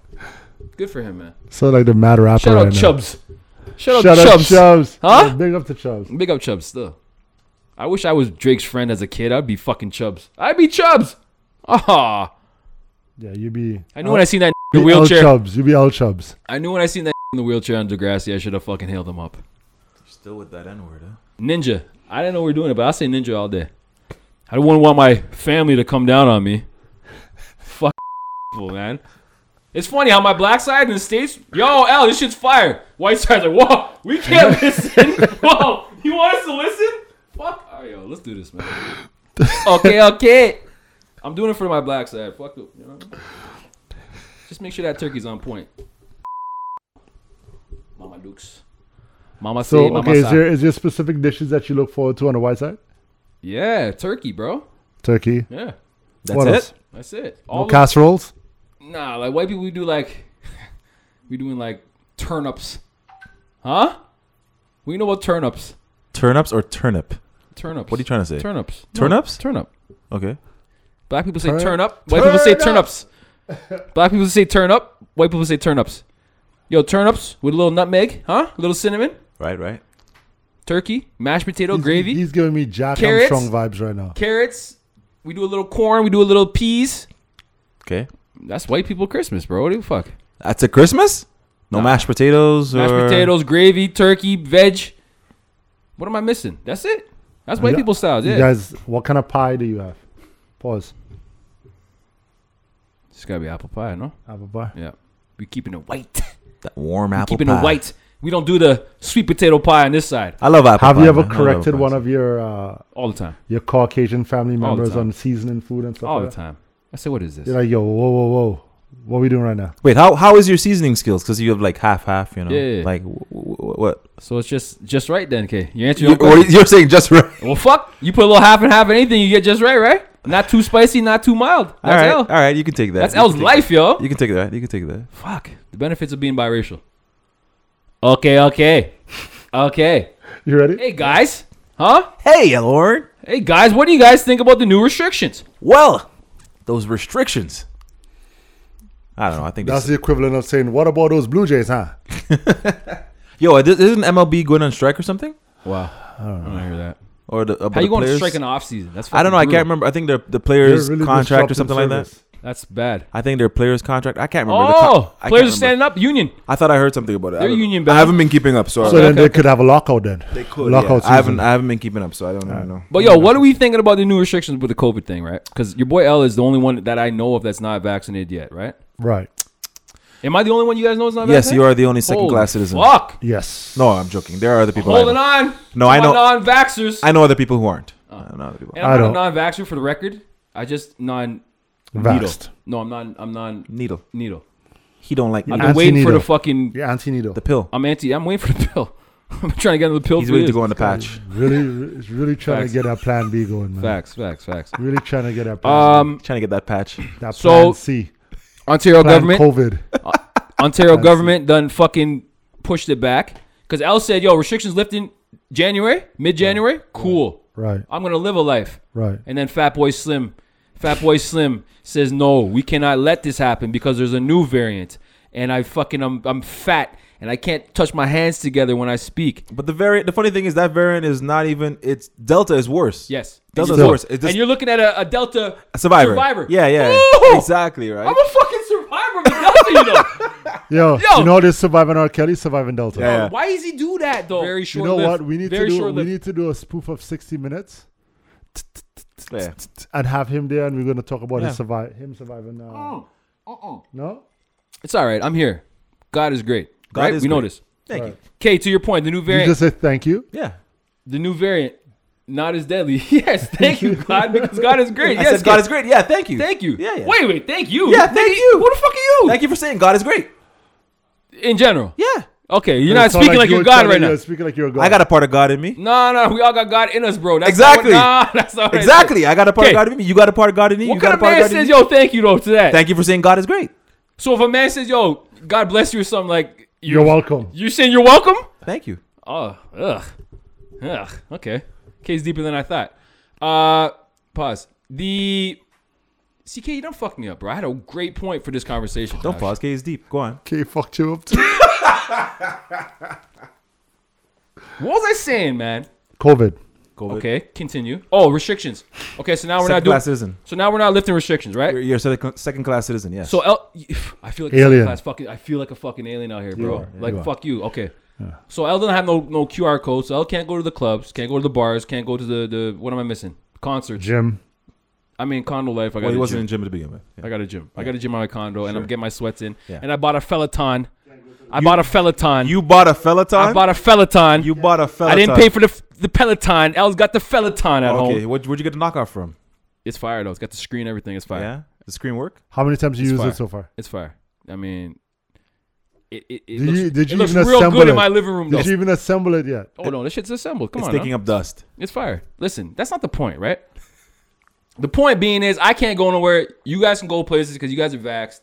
Speaker 4: good for him, man.
Speaker 5: So like the mad rapper.
Speaker 4: Shout
Speaker 5: right
Speaker 4: out
Speaker 5: now.
Speaker 4: Chubbs. Shout out
Speaker 5: Shout out
Speaker 4: Chubbs.
Speaker 5: Chubbs.
Speaker 4: Huh?
Speaker 5: Yeah, Big up to Chubbs.
Speaker 4: Big up Chubbs still. I wish I was Drake's friend as a kid. I'd be fucking Chubbs. I'd be Chubbs. Ah,
Speaker 5: Yeah, you be.
Speaker 4: I knew when I seen that in
Speaker 5: be
Speaker 4: the
Speaker 5: Oh. L
Speaker 4: wheelchair.
Speaker 5: Chubbs. You be L Chubbs.
Speaker 4: I knew when I seen that in the wheelchair on Degrassi, I should have fucking hailed him up.
Speaker 6: Still with that N word, huh?
Speaker 4: Ninja. I didn't know we were doing it, but I'll say ninja all day. I wouldn't want my family to come down on me. Fuck people, man. It's funny how my black side in the States, yo, L, this shit's fire. White side's like, whoa, we can't listen. Whoa, you want us to listen? Fuck. All right, yo, let's do this, man. okay, okay. I'm doing it for my black side. Fuck the, you know? Just make sure that turkey's on point. Mama Dukes. Mama
Speaker 5: So
Speaker 4: say, Mama
Speaker 5: okay, is
Speaker 4: sa.
Speaker 5: there is there specific dishes that you look forward to on the white side?
Speaker 4: Yeah, turkey, bro.
Speaker 5: Turkey.
Speaker 4: Yeah,
Speaker 6: That's
Speaker 5: What
Speaker 6: it.
Speaker 5: else?
Speaker 4: that's it.
Speaker 5: No
Speaker 4: All the-
Speaker 5: casseroles.
Speaker 4: nah, like white people, we do like we doing like turnips, huh? We know about turnips.
Speaker 6: Turnips or turnip?
Speaker 4: Turnips.
Speaker 6: What are you trying to say?
Speaker 4: Turnips.
Speaker 6: Turnips?
Speaker 4: Turnip.
Speaker 6: Okay.
Speaker 4: Black people say
Speaker 5: Turn-
Speaker 4: turn, up. White people say
Speaker 5: turn up.
Speaker 4: turnips. Black people say turn up. White people say turnips. Yo, turnips with a little nutmeg, huh? A little cinnamon,
Speaker 6: Right, right.
Speaker 4: turkey, mashed potato,
Speaker 5: He's-
Speaker 4: gravy,
Speaker 5: He's giving me Jack
Speaker 4: Carrots?
Speaker 5: Armstrong vibes right now.
Speaker 4: carrots. We do a little corn. We do a little peas.
Speaker 6: Okay.
Speaker 4: That's white people Christmas, bro. What the fuck?
Speaker 6: That's a Christmas? No mashed potatoes or
Speaker 4: mashed potatoes, gravy, turkey, veg. What am I missing? That's it. That's white
Speaker 5: Yeah.
Speaker 4: people styles. Yeah,
Speaker 5: You guys, what kind of pie do you have? Pause.
Speaker 4: it's gotta be apple pie, no?
Speaker 5: Apple pie.
Speaker 4: Yeah, we keeping it white.
Speaker 6: That warm apple
Speaker 4: keeping
Speaker 6: pie.
Speaker 4: it white. We don't do the sweet potato pie on this side
Speaker 6: I love apple
Speaker 5: Have
Speaker 6: pie.
Speaker 5: you ever
Speaker 6: man. I love
Speaker 5: corrected one
Speaker 6: pies.
Speaker 5: of your uh,
Speaker 4: all the time,
Speaker 5: your Caucasian family
Speaker 4: All the
Speaker 5: members
Speaker 4: time.
Speaker 5: on seasoning food and stuff?
Speaker 4: all
Speaker 5: like
Speaker 4: the time. I say, what is this?
Speaker 5: That? You're like, yo, whoa, whoa, whoa, what we doing right now?
Speaker 6: Wait, how how is your seasoning skills? Because you have like half half, you know.
Speaker 4: Yeah.
Speaker 6: Like w- w- w- what?
Speaker 4: So it's just just right then, K. You answer your
Speaker 6: You,
Speaker 4: own question.
Speaker 6: are saying just right.
Speaker 4: Well, fuck. You put a little half and half in anything, you get just right, right? Not too spicy, not too mild. That's
Speaker 6: all right,
Speaker 4: L.
Speaker 6: all right. You can take that.
Speaker 4: That's
Speaker 6: You can
Speaker 4: L's
Speaker 6: take
Speaker 4: life, yo.
Speaker 6: that. You can take that. You can take that.
Speaker 4: Fuck. The benefits of being biracial. Okay, okay, okay.
Speaker 5: You ready?
Speaker 4: Hey guys, huh?
Speaker 6: Hey, Lord.
Speaker 4: Hey guys, what do you guys think about the new restrictions?
Speaker 6: Well, those restrictions. I don't know. I think
Speaker 5: That's
Speaker 6: that's
Speaker 5: the equivalent of saying, what about those Blue Jays, huh?
Speaker 6: yo. i- Isn't MLB going on strike or something?
Speaker 4: Wow, I don't, hear that.
Speaker 6: Or the
Speaker 4: How you going to
Speaker 6: players?
Speaker 4: strike in the off season? That's
Speaker 6: I don't know. I
Speaker 4: fucking
Speaker 6: can't
Speaker 4: brutal.
Speaker 6: remember. I think the the
Speaker 5: They're
Speaker 6: players
Speaker 5: really
Speaker 6: contract or
Speaker 5: disrupting
Speaker 6: something like that.
Speaker 5: service.
Speaker 4: That's bad.
Speaker 6: I think their players contract. I can't remember. the
Speaker 4: Oh,
Speaker 6: con- I can't
Speaker 4: players are
Speaker 6: remember.
Speaker 4: standing up. Union.
Speaker 6: I thought I heard something about it. I
Speaker 4: They're
Speaker 6: don't-
Speaker 4: union
Speaker 6: I
Speaker 4: bound.
Speaker 6: haven't been keeping up, so I-
Speaker 5: So then
Speaker 4: okay,
Speaker 5: they
Speaker 4: okay.
Speaker 5: could have a lockout then.
Speaker 6: They could, yeah.
Speaker 5: Lockout
Speaker 6: I haven't.
Speaker 5: season.
Speaker 6: I haven't been keeping up, so I don't even know.
Speaker 4: But yo, what are we thinking about the new restrictions with the COVID thing, right? Because your boy L is the only one that I know of that's not vaccinated yet, right?
Speaker 5: Right.
Speaker 4: Am I the only one you guys know is not
Speaker 6: Yes,
Speaker 4: vaccinated?
Speaker 6: you are the only second
Speaker 4: Holy
Speaker 6: class citizen.
Speaker 4: Fuck.
Speaker 5: Yes.
Speaker 6: No, I'm joking. There are other people. I
Speaker 4: Holding
Speaker 6: know.
Speaker 4: on. Oh.
Speaker 6: No,
Speaker 4: to
Speaker 6: I
Speaker 4: my
Speaker 6: know-
Speaker 4: non-vaxxers.
Speaker 6: I know other people who aren't. I know other people.
Speaker 4: and
Speaker 5: I
Speaker 4: I'm
Speaker 5: don't.
Speaker 4: not a non-vaxxer for the record. I just non.
Speaker 5: Vaxxed.
Speaker 4: No, I'm not. I'm non
Speaker 6: Needle.
Speaker 4: needle.
Speaker 6: He don't like
Speaker 4: I'm
Speaker 6: needle.
Speaker 5: Anti-needle.
Speaker 4: waiting for the fucking.
Speaker 5: Yeah, anti needle.
Speaker 6: the pill.
Speaker 4: I'm anti. I'm waiting for the pill. I'm trying to get another pill.
Speaker 6: He's
Speaker 4: for
Speaker 6: willing to
Speaker 4: years.
Speaker 6: go on the patch.
Speaker 5: Really, it's really trying
Speaker 4: Facts.
Speaker 5: to get that plan B going, man.
Speaker 4: Facts, facts, facts.
Speaker 5: Really trying to get that plan,
Speaker 4: Um,
Speaker 6: Trying to get that patch.
Speaker 5: that
Speaker 4: so-
Speaker 5: plan C.
Speaker 4: Ontario
Speaker 5: Plan
Speaker 4: government,
Speaker 5: COVID.
Speaker 4: Ontario government done fucking pushed it back because L said, "Yo, restrictions lifting January, mid January, cool.
Speaker 5: Right,
Speaker 4: I'm gonna live a life."
Speaker 5: right.
Speaker 4: And then Fat Boy Slim, Fat Boy Slim says, "No, we cannot let this happen because there's a new variant, and I fucking I'm I'm fat and I can't touch my hands together when I speak."
Speaker 6: But the variant, the funny thing is that variant is not even. It's Delta is worse.
Speaker 4: Yes.
Speaker 6: Delta is
Speaker 5: Still.
Speaker 6: worse. It's
Speaker 4: and
Speaker 6: just
Speaker 4: you're looking at a, a Delta
Speaker 6: survivor.
Speaker 4: Survivor.
Speaker 6: Yeah, yeah.
Speaker 4: Ooh!
Speaker 6: Exactly right.
Speaker 4: I'm a fucking survivor of Delta, you know.
Speaker 5: Yo,
Speaker 4: Yo.
Speaker 5: you know this surviving R. Kelly, surviving Delta.
Speaker 6: Yeah.
Speaker 4: Why does he do that though? Very
Speaker 5: You
Speaker 4: short.
Speaker 5: know what? We need to do. We need to do a spoof of 60 Minutes
Speaker 6: yeah.
Speaker 5: and have him there, and we're gonna talk about
Speaker 6: Yeah.
Speaker 5: his survive him surviving. Uh,
Speaker 4: Oh.
Speaker 5: No,
Speaker 4: Uh-uh. It's all right. I'm here. God is great.
Speaker 6: God
Speaker 4: right?
Speaker 6: is
Speaker 4: we know
Speaker 6: great.
Speaker 4: this.
Speaker 6: Thank you.
Speaker 4: Okay, to your point, the new
Speaker 5: you
Speaker 4: variant,
Speaker 5: just say thank you.
Speaker 6: Yeah.
Speaker 4: the new variant, not as deadly. yes, thank you, God, because God is great.
Speaker 6: I
Speaker 4: yes,
Speaker 6: said God is great. Yeah. Thank you.
Speaker 4: Thank you.
Speaker 6: Yeah. yeah.
Speaker 4: Wait, wait. Thank you.
Speaker 6: Yeah, thank
Speaker 4: Nigga,
Speaker 6: you.
Speaker 4: Who the fuck are you?
Speaker 6: Thank you for saying God is great.
Speaker 4: In general.
Speaker 6: Yeah.
Speaker 4: Okay, you're
Speaker 5: It
Speaker 4: not
Speaker 5: sound
Speaker 4: speaking like,
Speaker 5: you
Speaker 4: you're
Speaker 5: were
Speaker 4: God
Speaker 5: telling-
Speaker 4: right
Speaker 5: you
Speaker 4: now.
Speaker 5: were Speaking like you're God.
Speaker 6: I got a part of God in me.
Speaker 4: No, no, we all got God in us, bro. That's
Speaker 6: Exactly.
Speaker 4: Not what, nah, that's not what I said.
Speaker 6: Exactly. I got a part
Speaker 4: Okay.
Speaker 6: of God in me. You got a part of God in you.
Speaker 4: What
Speaker 6: you
Speaker 4: kind
Speaker 6: got a
Speaker 4: of
Speaker 6: part
Speaker 4: man
Speaker 6: God in
Speaker 4: says,
Speaker 6: you.
Speaker 4: yo, thank you, though, to that?
Speaker 6: Thank you for saying God is great.
Speaker 4: so if a man says, yo, God bless you or something, like, you,
Speaker 5: You're welcome.
Speaker 4: you're saying you're welcome?
Speaker 6: Thank you.
Speaker 4: Oh, ugh. Ugh. Okay. Case deeper than I thought. Uh, pause. The. CK, you don't fuck me up, bro. I had a great point for this conversation.
Speaker 6: Don't pause. K is deep. Go on.
Speaker 5: Okay, fucked you up. Too.
Speaker 4: What was I saying, man?
Speaker 5: COVID.
Speaker 6: Go
Speaker 4: Okay, continue. Oh, restrictions. Okay, so now we're
Speaker 6: Second
Speaker 4: not doing.
Speaker 6: class citizen.
Speaker 4: So now we're not lifting restrictions, right?
Speaker 6: You're, you're a second class citizen. Yes.
Speaker 4: So uh, L, I feel like
Speaker 5: Alien.
Speaker 4: alien. Class fucking, I feel like a fucking alien out here, bro.
Speaker 5: are,
Speaker 4: like
Speaker 5: you are.
Speaker 4: fuck you. Okay. So L doesn't have no no QR code. So L can't go to the clubs, can't go to the bars, can't go to the the what am I missing? Concerts.
Speaker 5: Jim.
Speaker 4: I mean condo life. I got
Speaker 6: well, he
Speaker 4: a
Speaker 6: wasn't
Speaker 4: gym.
Speaker 6: in gym to begin with. Yeah.
Speaker 4: I got a gym. I got a gym on my condo, and I'm getting my sweats in.
Speaker 6: Yeah.
Speaker 4: And I bought a Peloton. I bought a Peloton.
Speaker 6: You bought a Peloton.
Speaker 4: I bought a Peloton.
Speaker 6: you bought a Peloton.
Speaker 4: I didn't pay for the the Peloton. L's got the Peloton at
Speaker 6: Okay.
Speaker 4: home.
Speaker 6: What, where'd you get the knockoff from?
Speaker 4: It's fire though. It's got the screen. Everything. It's fire.
Speaker 6: Yeah. The screen work.
Speaker 5: How many times you
Speaker 4: It's
Speaker 5: used
Speaker 4: fire.
Speaker 5: it so far?
Speaker 4: It's fire. I mean, it it, it
Speaker 5: Did
Speaker 4: looks,
Speaker 5: you- did
Speaker 4: it
Speaker 5: you
Speaker 4: looks
Speaker 5: even
Speaker 4: real
Speaker 5: assemble
Speaker 4: good in
Speaker 5: it?
Speaker 4: my living room. Though.
Speaker 5: Did you even assemble it yet?
Speaker 4: oh no, this shit's assembled. Come
Speaker 6: It's
Speaker 4: on,
Speaker 6: taking
Speaker 4: now.
Speaker 6: up dust.
Speaker 4: it's fire. Listen, that's not the point, right? The point being is I can't go nowhere. You guys can go places because you guys are vaxxed.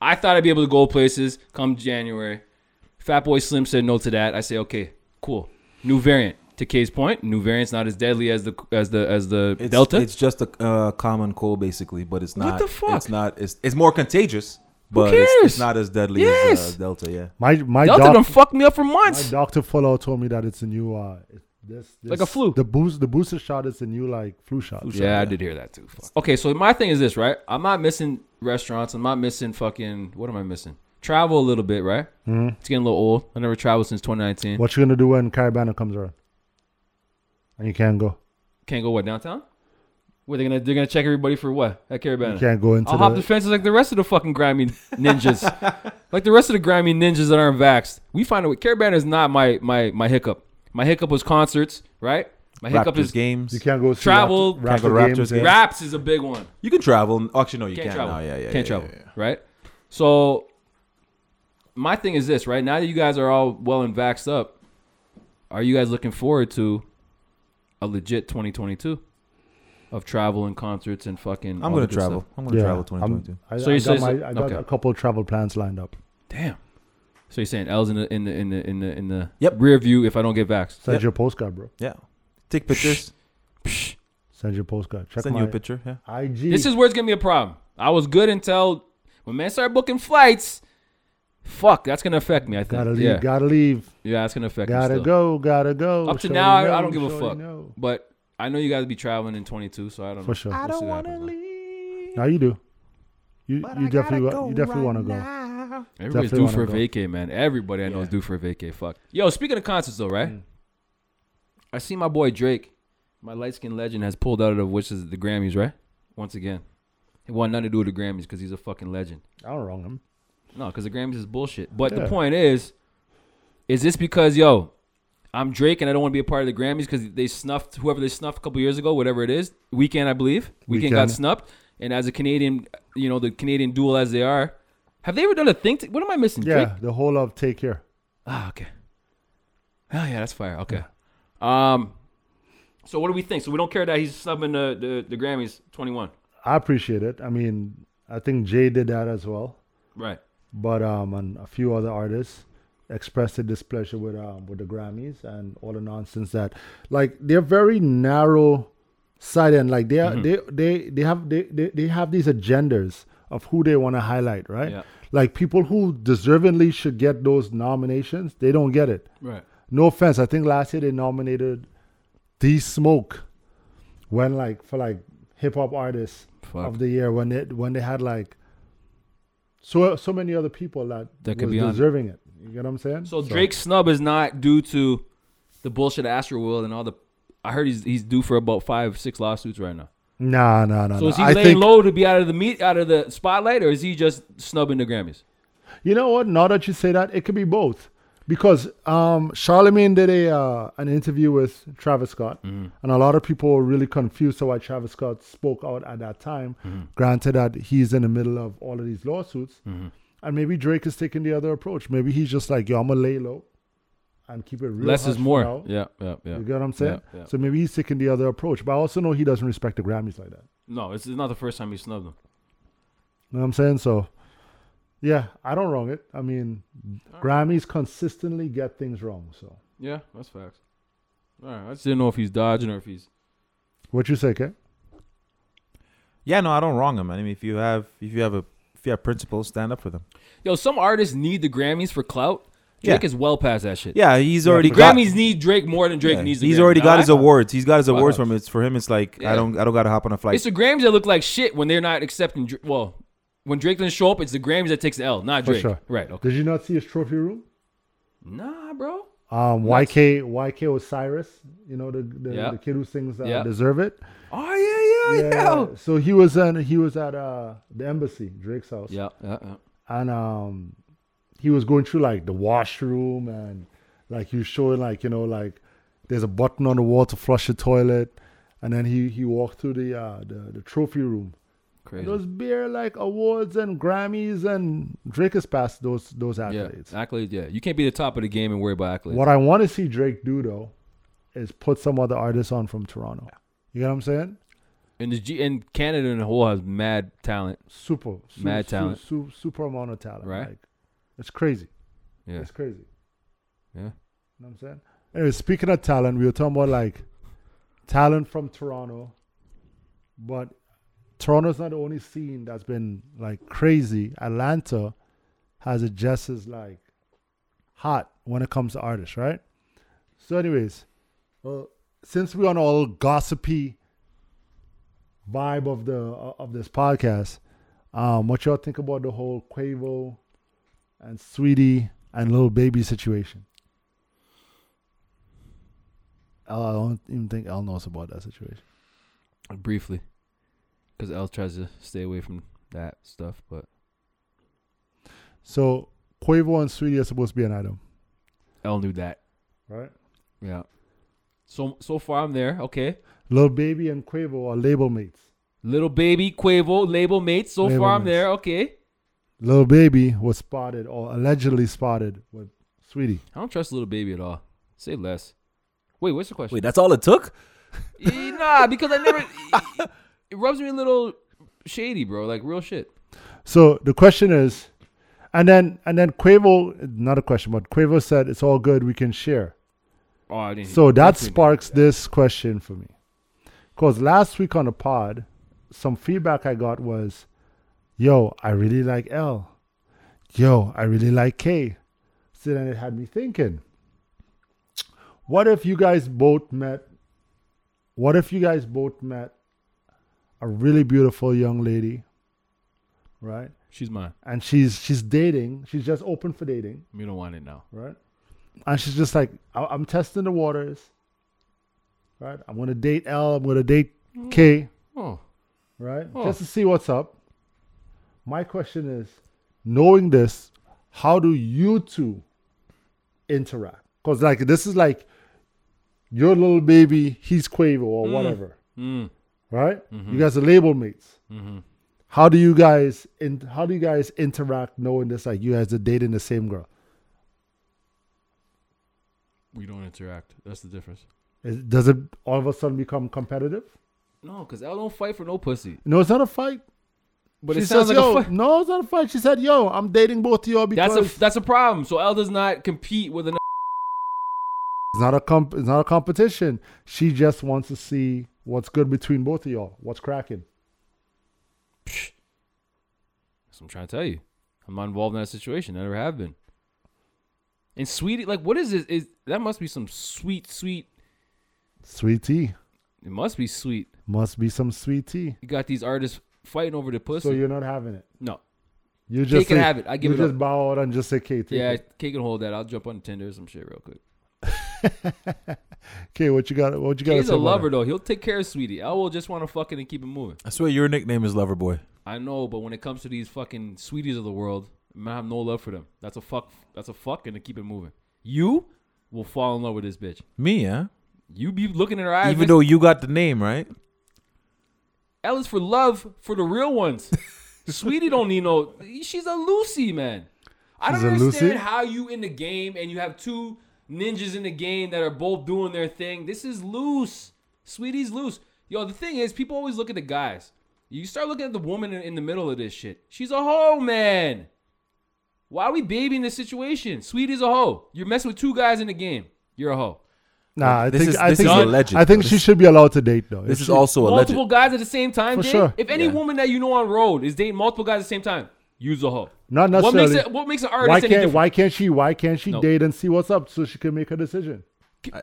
Speaker 4: I thought I'd be able to go places come January. Fat Boy Slim said no to that. I say okay, cool. New variant. To K's point, new variant's not as deadly as the as the as the
Speaker 6: It's,
Speaker 4: Delta.
Speaker 6: It's just a uh, common cold, basically, but it's not.
Speaker 4: the fuck?
Speaker 6: It's not. It's, it's more contagious, but it's, it's
Speaker 4: cares?
Speaker 6: not as deadly as
Speaker 4: Yes.
Speaker 6: uh, Delta. Yeah.
Speaker 5: My my
Speaker 4: Delta
Speaker 5: doc-
Speaker 4: done fucked me up for
Speaker 5: my
Speaker 4: months.
Speaker 5: doctor follow told me that it's a new uh it- this, this
Speaker 4: Like a flu.
Speaker 5: The boost the booster shot is a new like flu shot.
Speaker 4: Yeah, I did hear that too. Fuck. Okay, so my thing is this, right? I'm not missing restaurants. I'm not missing fucking. What am I missing? Travel a little bit, right? Mm-hmm. It's getting a little old. I never traveled since 2019.
Speaker 5: What you gonna do when Caribana comes around? And you can't go.
Speaker 4: Can't go what downtown? What they gonna? They're gonna check everybody for what at Carabana?
Speaker 5: Can't go into
Speaker 4: I'll hop
Speaker 5: the
Speaker 4: the fences like the rest of the fucking grimy ninjas, like the rest of the grimy ninjas that aren't vaxxed. We find out Carabana is not my my my hiccup. My hiccup was concerts, right? My hiccup
Speaker 6: Raptors
Speaker 4: is
Speaker 6: games.
Speaker 5: you can't go see
Speaker 4: Travel-
Speaker 5: Raptor,
Speaker 6: Can't go
Speaker 5: Raptor
Speaker 6: Raptors
Speaker 5: games,
Speaker 6: game.
Speaker 5: yeah.
Speaker 4: Raps is a big one.
Speaker 6: You can travel. Actually, no, you
Speaker 4: can't
Speaker 6: can't.
Speaker 4: travel.
Speaker 6: No, yeah, yeah,
Speaker 4: can't
Speaker 6: yeah,
Speaker 4: travel.
Speaker 6: yeah, yeah.
Speaker 4: Right. So my thing is this, right? Now that you guys are all well and vaxxed up, are you guys looking forward to a legit 2022 of travel and concerts and fucking?
Speaker 6: I'm
Speaker 4: all
Speaker 6: gonna
Speaker 4: the good
Speaker 6: travel.
Speaker 4: stuff?
Speaker 6: I'm gonna
Speaker 5: Yeah,
Speaker 6: travel
Speaker 5: I'm-
Speaker 6: 2022.
Speaker 5: I,
Speaker 4: So
Speaker 5: I
Speaker 4: you
Speaker 5: got,
Speaker 4: say-
Speaker 5: my, I got
Speaker 4: okay.
Speaker 5: a couple of travel plans lined up.
Speaker 4: Damn. So you're saying L's in the in the in the in the in the
Speaker 6: Yep.
Speaker 4: rear view if I don't get vaxxed?
Speaker 5: Send
Speaker 6: Yep.
Speaker 5: your postcard, bro.
Speaker 6: Yeah. Take pictures.
Speaker 5: Send your postcard. Check
Speaker 6: Send
Speaker 5: my
Speaker 6: you a picture. Yeah.
Speaker 5: IG.
Speaker 4: This is where it's gonna be a problem. I was good until when man started booking flights. Fuck, that's gonna affect me. I think.
Speaker 5: gotta leave.
Speaker 4: yeah,
Speaker 5: Gotta leave.
Speaker 4: yeah, that's gonna affect me.
Speaker 5: Gotta
Speaker 4: still.
Speaker 5: go. Gotta go.
Speaker 4: Up to
Speaker 5: Shorty
Speaker 4: now, I, I
Speaker 5: know,
Speaker 4: don't give a
Speaker 5: shorty
Speaker 4: fuck.
Speaker 5: know.
Speaker 4: But I know you guys be traveling in 22, so I don't.
Speaker 5: For sure.
Speaker 4: I don't want to
Speaker 5: Now you do. You you definitely wa- you definitely want to go.
Speaker 4: Everybody's
Speaker 5: Definitely
Speaker 4: due
Speaker 5: wanna
Speaker 4: for a
Speaker 5: go.
Speaker 4: vacay, man. Everybody I know is due for a vacay. Fuck. Yo, speaking of concerts though, right?
Speaker 5: Mm.
Speaker 4: I see my boy Drake, my light skinned legend, has pulled out of which is the Grammys, right? Once again, it want nothing to do with the Grammys because he's a fucking legend.
Speaker 5: I don't wrong him.
Speaker 4: No, because the Grammys is bullshit. But the
Speaker 5: Yeah.
Speaker 4: point is, is this because yo, I'm Drake and I don't want to be a part of the Grammys because they snuffed whoever they snuffed a couple years ago, whatever it is. Weekend, I believe. Weekend, got
Speaker 5: Weeknd.
Speaker 4: snubbed. And as a Canadian, you know the Canadian duel as they are, have they ever done a thing? To, what am I missing? Drake?
Speaker 5: Yeah, the whole of take care.
Speaker 4: Ah, okay. Oh yeah, that's fire. Okay. Um. So what do we think? So we don't care that he's snubbing the the, the Grammys twenty one,
Speaker 5: I appreciate it. I mean, I think Jay did that as well,
Speaker 4: right?
Speaker 5: but um, and a few other artists expressed their displeasure with um with the Grammys and all the nonsense that like they're very narrow sighted and like they are they they they have they, they they have these agendas of who they want to highlight, right?
Speaker 4: Yeah.
Speaker 5: Like people who deservingly should get those nominations, they don't get it.
Speaker 4: Right.
Speaker 5: No offense, I think last year they nominated D Smoke when like for like hip hop artists
Speaker 4: Fuck.
Speaker 5: of the year when they when they had like so so many other people that,
Speaker 4: That could
Speaker 5: was
Speaker 4: be on it.
Speaker 5: deserving it. You get what I'm saying?
Speaker 4: So Drake's snub is not due to the bullshit Astro World and all the. I heard he's he's due for about five six lawsuits right now.
Speaker 5: Nah, nah, nah.
Speaker 4: So
Speaker 5: nah.
Speaker 4: is he
Speaker 5: I
Speaker 4: laying
Speaker 5: think
Speaker 4: low to be out of the meat out of the spotlight, or is he just snubbing the Grammys?
Speaker 5: you know what? Now that you say that, it could be both. Because um, Charlemagne did a uh, an interview with Travis Scott,
Speaker 4: Mm-hmm.
Speaker 5: and a lot of people were really confused to why Travis Scott spoke out at that time.
Speaker 4: Mm-hmm.
Speaker 5: Granted that he's in the middle of all of these lawsuits, and maybe Drake is taking the other approach. Maybe he's just like, "Yo, I'm gonna lay low and keep it real."
Speaker 4: Less
Speaker 5: hush
Speaker 4: is
Speaker 5: for
Speaker 4: more.
Speaker 5: now."
Speaker 4: Yeah, yeah, yeah.
Speaker 5: You get what I'm saying?
Speaker 4: Yeah, yeah.
Speaker 5: So maybe he's taking the other approach. But I also know he doesn't respect the Grammys like that.
Speaker 4: No, it's, it's not the first time he snubbed them.
Speaker 5: You know what I'm saying? So, yeah, I don't wrong it. I mean, Grammys consistently get things wrong. So,
Speaker 4: Yeah, that's facts. All right, I just didn't know if he's dodging or if he's.
Speaker 5: what you say, Kay?
Speaker 6: Yeah, no, I don't wrong him. I mean, if you have if you have a if you have principles, stand up for them.
Speaker 4: Yo, some artists need the Grammys for clout. Drake
Speaker 6: Yeah.
Speaker 4: is well past that shit.
Speaker 6: Yeah, he's already
Speaker 4: the
Speaker 6: got,
Speaker 4: Grammys need Drake more than Drake
Speaker 6: yeah,
Speaker 4: needs. The
Speaker 6: he's
Speaker 4: Grammys.
Speaker 6: already
Speaker 4: No,
Speaker 6: got
Speaker 4: I-
Speaker 6: his awards. He's got his awards
Speaker 4: Fuck.
Speaker 6: from it. For him, it's like
Speaker 4: Yeah.
Speaker 6: I don't I don't got to hop on a
Speaker 4: It's
Speaker 6: flight.
Speaker 4: the Grammys that look like shit when they're not accepting. Dra- Well, when Drake doesn't show up, it's the Grammys that takes the L, not
Speaker 5: For
Speaker 4: Drake.
Speaker 5: sure.
Speaker 4: Right. Okay.
Speaker 5: Did you not see his trophy room?
Speaker 4: Nah, bro.
Speaker 5: Um, YK YK Osiris, you know the the,
Speaker 4: Yeah.
Speaker 5: the kid who sings uh,
Speaker 4: Yeah.
Speaker 5: "Deserve It."
Speaker 4: Oh yeah, yeah, yeah.
Speaker 5: So he was in he was at uh, the embassy, Drake's house,
Speaker 4: Yeah, yeah, yeah.
Speaker 5: and um, he was going through like the washroom and like he was showing like you know like there's a button on the wall to flush the toilet, and then he he walked through the uh, the, the trophy room.
Speaker 4: Crazy.
Speaker 5: Those beer like awards and Grammys and Drake has passed those those
Speaker 4: yeah,
Speaker 5: accolades.
Speaker 4: accolades. Yeah, you can't be the top of the game and worry about accolades.
Speaker 5: What I want to see Drake do though is put some other artists on from Toronto. You get what I'm saying?
Speaker 4: And the G and Canada in the whole has mad talent.
Speaker 5: Super, su-
Speaker 4: Mad
Speaker 5: su-
Speaker 4: talent.
Speaker 5: su- super amount of talent.
Speaker 4: Right.
Speaker 5: Like, it's crazy.
Speaker 4: Yeah,
Speaker 5: It's crazy.
Speaker 4: yeah.
Speaker 5: You know what I'm saying? Anyway, speaking of talent, we were talking about like talent from Toronto, but Toronto's not the only scene that's been like crazy. Atlanta has it just as like hot when it comes to artists, right? So, anyways, uh, since we're on all gossipy vibe of the of this podcast, um, what y'all think about the whole Quavo and Sweetie and Little Baby situation? L, I don't even think L knows about that situation.
Speaker 4: Briefly, because L tries to stay away from that stuff. But
Speaker 5: So Quavo and Sweetie are supposed to be an item,
Speaker 4: L knew that.
Speaker 5: right?
Speaker 4: Yeah. So so far I'm there. Okay.
Speaker 5: Little Baby and Quavo are label mates.
Speaker 4: Little baby Quavo label mates. So
Speaker 5: Label
Speaker 4: far I'm
Speaker 5: mates.
Speaker 4: there. Okay.
Speaker 5: Little Baby was spotted or allegedly spotted with Sweetie.
Speaker 4: I don't trust little baby at all. Say less. Wait, what's the question?
Speaker 6: that's all it took.
Speaker 4: Eh, nah, because I never. e, it rubs me a little shady, bro. Like real shit.
Speaker 5: So the question is, and then and then Quavo, not a question, but Quavo said it's all good. We can share.
Speaker 4: Oh, I didn't.
Speaker 5: So that
Speaker 4: definitely not.
Speaker 5: sparks this question for me. Because last week on the pod, some feedback I got was, yo, I really like L. Yo, I really like K. So then it had me thinking, what if you guys both met? What if you guys both met a really beautiful young lady, right?
Speaker 4: She's mine.
Speaker 5: And she's she's dating. She's just open for dating
Speaker 4: You don't want it now.
Speaker 5: right? And she's just like, I- I'm testing the waters, right? I'm gonna date L, I'm gonna date K,
Speaker 4: Oh.
Speaker 5: right?
Speaker 4: Oh.
Speaker 5: Just to see what's up. My question is, knowing this, how do you two interact? Because like this is like your little baby, he's Quavo or whatever,
Speaker 4: Mm. Mm-hmm.
Speaker 5: right? You guys are label mates. How do you guys in, How do you guys interact knowing this? Like you guys are dating the same girl.
Speaker 4: we don't interact. That's the difference.
Speaker 5: Is, does it all of a sudden become competitive?
Speaker 4: No, because L don't fight for no pussy.
Speaker 5: No, it's not a fight.
Speaker 4: But
Speaker 5: she
Speaker 4: it sounds
Speaker 5: says,
Speaker 4: like
Speaker 5: yo,
Speaker 4: a fight.
Speaker 5: no, it's not a fight. She said, yo, I'm dating both of y'all because
Speaker 4: That's a that's a problem. So L does not compete with an.
Speaker 5: it's not a comp- it's not a competition. She just wants to see what's good between both of y'all. What's cracking?
Speaker 4: Psh. That's what I'm trying to tell you. I'm not involved in that situation. I never have been. And sweetie, like, what is this? Is that must be some sweet, sweet?
Speaker 5: Sweet tea.
Speaker 4: It must be sweet.
Speaker 5: Must be some sweet tea.
Speaker 4: You got these artists fighting over the pussy.
Speaker 5: So you're not having it.
Speaker 4: no,
Speaker 5: You just
Speaker 4: Cake and
Speaker 5: say-
Speaker 4: have it. I give
Speaker 5: you
Speaker 4: it
Speaker 5: just
Speaker 4: up.
Speaker 5: bow out and just say, "Okay, take
Speaker 4: yeah,
Speaker 5: yeah.
Speaker 4: Kate can hold that. I'll jump on Tinder or some shit real quick.
Speaker 5: Okay, what you got? What you got?
Speaker 4: He's a lover though. He'll take care of sweetie. I will just want to fucking and keep it moving.
Speaker 6: I swear your nickname is Lover Boy.
Speaker 4: I know, but when it comes to these fucking sweeties of the world, man, I have no love for them. That's a fuck. That's a fuck, and to keep it moving. You will fall in love with this bitch.
Speaker 6: Me, yeah.
Speaker 4: You be looking in her eyes.
Speaker 6: Even though you got the name right,
Speaker 5: Oh,
Speaker 4: L is for love for the real ones. Sweetie don't need no. She's a Lucy, man. I don't
Speaker 5: She's a
Speaker 4: understand
Speaker 5: Lucy?
Speaker 4: how you in the game and you have two ninjas in the game that are both doing their thing. This is loose. Sweetie's loose. Yo, the thing is, people always look at the guys. You start looking at the woman in, in the middle of this shit. She's a hoe, man. Why are we babying this situation? Sweetie's a hoe. You're messing with two guys in the game. You're a hoe.
Speaker 5: Nah, I
Speaker 6: This
Speaker 5: think
Speaker 6: is-
Speaker 5: I
Speaker 6: this
Speaker 5: think
Speaker 6: is a legend,
Speaker 5: I think
Speaker 6: though.
Speaker 5: she
Speaker 6: This-
Speaker 5: should be allowed to date though. If
Speaker 6: this is
Speaker 5: she-
Speaker 6: also alleged.
Speaker 4: multiple guys at the same time.
Speaker 5: For
Speaker 4: Jay?
Speaker 5: sure.
Speaker 4: If any
Speaker 6: Yeah.
Speaker 4: woman that you know on road is dating multiple guys at the same time, use a hoe.
Speaker 5: Not
Speaker 4: What makes
Speaker 5: necessarily.
Speaker 4: it, what makes an artist
Speaker 5: Why
Speaker 4: any
Speaker 5: can't
Speaker 4: different?
Speaker 5: Why can't she Why can't she
Speaker 4: No.
Speaker 5: date and see what's up so she can make a decision?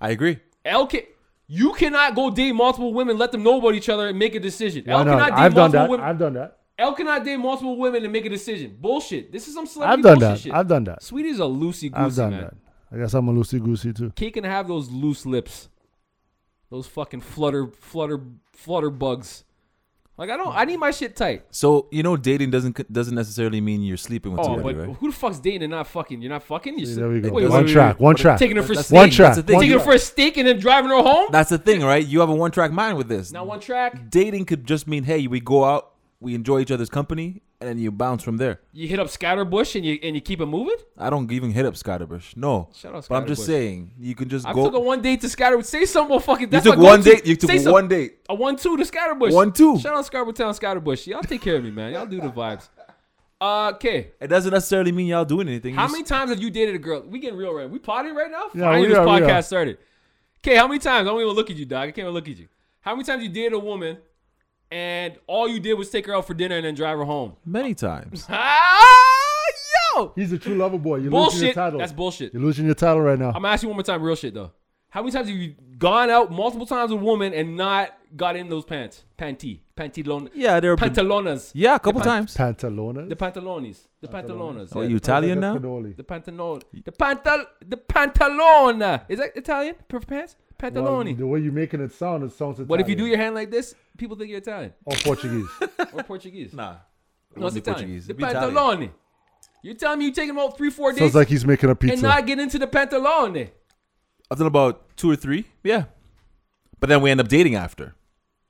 Speaker 6: I agree.
Speaker 4: L can, you cannot go date multiple women, let them know about each other, and make a decision.
Speaker 5: Why
Speaker 4: L
Speaker 5: not?
Speaker 4: cannot date
Speaker 5: I've done
Speaker 4: multiple
Speaker 5: that.
Speaker 4: women.
Speaker 5: I've done that.
Speaker 4: L cannot date multiple women and make a decision. Bullshit. This is some celebrity
Speaker 5: I've done
Speaker 4: bullshit
Speaker 5: that.
Speaker 4: shit.
Speaker 5: I've done that.
Speaker 4: Sweetie's a loosey
Speaker 5: I've
Speaker 4: goosey
Speaker 5: done
Speaker 4: man.
Speaker 5: that. I guess I'm a loosey goosey too.
Speaker 4: Kate can have those loose lips, those fucking flutter, flutter, flutter bugs. Like I don't. I need my shit tight.
Speaker 6: So you know, dating doesn't doesn't necessarily mean you're sleeping with
Speaker 4: Oh,
Speaker 6: somebody,
Speaker 4: but
Speaker 6: right?
Speaker 4: who the fuck's dating and not fucking? You're not fucking. You're
Speaker 5: See,
Speaker 4: s-
Speaker 5: there we go.
Speaker 4: wait, wait,
Speaker 5: one
Speaker 4: wait,
Speaker 5: track.
Speaker 4: wait.
Speaker 5: One track.
Speaker 4: Taking her for
Speaker 6: That's-
Speaker 4: steak.
Speaker 5: One track.
Speaker 6: That's the thing.
Speaker 5: One
Speaker 4: Taking her
Speaker 5: track.
Speaker 4: for a steak and then driving her home.
Speaker 6: That's the thing, right? You have a one track mind with this.
Speaker 4: Not one track.
Speaker 6: dating could just mean, hey, we go out, we enjoy each other's company, and then you bounce from there.
Speaker 4: You hit up Scatterbush and you and you keep it moving.
Speaker 6: I don't even hit up Scotterbush. No,
Speaker 4: Shout out
Speaker 6: but I'm just
Speaker 4: Scotterbush.
Speaker 6: saying you can just
Speaker 4: I
Speaker 6: go.
Speaker 4: took a one date to Scatterbush. Say something more fucking.
Speaker 6: you
Speaker 4: That's
Speaker 6: took
Speaker 4: my
Speaker 6: one
Speaker 4: go-to.
Speaker 6: date. You took
Speaker 4: Say some-
Speaker 6: one date.
Speaker 4: A one two to Scatterbush.
Speaker 6: One two.
Speaker 4: Shout out Scarborough Town Scatterbush. Y'all take care of me, man. Y'all do the vibes. Uh, okay.
Speaker 6: It doesn't necessarily mean y'all doing anything.
Speaker 4: How
Speaker 6: You
Speaker 4: many times have you dated a girl? We getting real right. We potting right now.
Speaker 5: Yeah,
Speaker 4: I
Speaker 5: we
Speaker 4: this
Speaker 5: are, we
Speaker 4: podcast
Speaker 5: are.
Speaker 4: started. Okay, how many times? I don't even look at you, dog. I can't even look at you. How many times you dated a woman, and all you did was take her out for dinner and then drive her home?
Speaker 6: just- many times.
Speaker 4: Ah, yo,
Speaker 5: He's a true lover boy. You're losing your
Speaker 4: bullshit.
Speaker 5: title.
Speaker 4: That's bullshit.
Speaker 5: You're losing your title right now.
Speaker 4: I'm gonna ask you one more time, real shit though. How many times have you gone out multiple times with a woman and not got in those pants, panty, pantalon,
Speaker 6: Yeah, there. have been-
Speaker 4: pantalonas,
Speaker 6: Yeah, a couple
Speaker 4: Pant-
Speaker 6: times.
Speaker 5: Pantalones.
Speaker 4: the pantalones, the pantalonas,
Speaker 6: Oh,
Speaker 4: yeah,
Speaker 6: you
Speaker 4: the-
Speaker 6: Italian
Speaker 5: That's
Speaker 6: now?
Speaker 5: cannoli.
Speaker 4: the pantalon, the pantal, the pantalona. Is that Italian for pants?
Speaker 5: Well,
Speaker 4: Pantaloni.
Speaker 5: the way you're making it sound, it sounds Italian.
Speaker 4: But if you do your hand like this, people think you're Italian
Speaker 5: or Portuguese?
Speaker 4: or Portuguese.
Speaker 6: Nah.
Speaker 4: no, it's
Speaker 6: It'd be
Speaker 4: Italian.
Speaker 6: Portuguese.
Speaker 4: The
Speaker 6: It'd be Italian.
Speaker 4: pantalone. You're telling me you take them out three, four days
Speaker 5: sounds like he's making a pizza.
Speaker 4: and not get into the pantalone.
Speaker 6: I've done about two or three. Yeah, but then we end up dating after.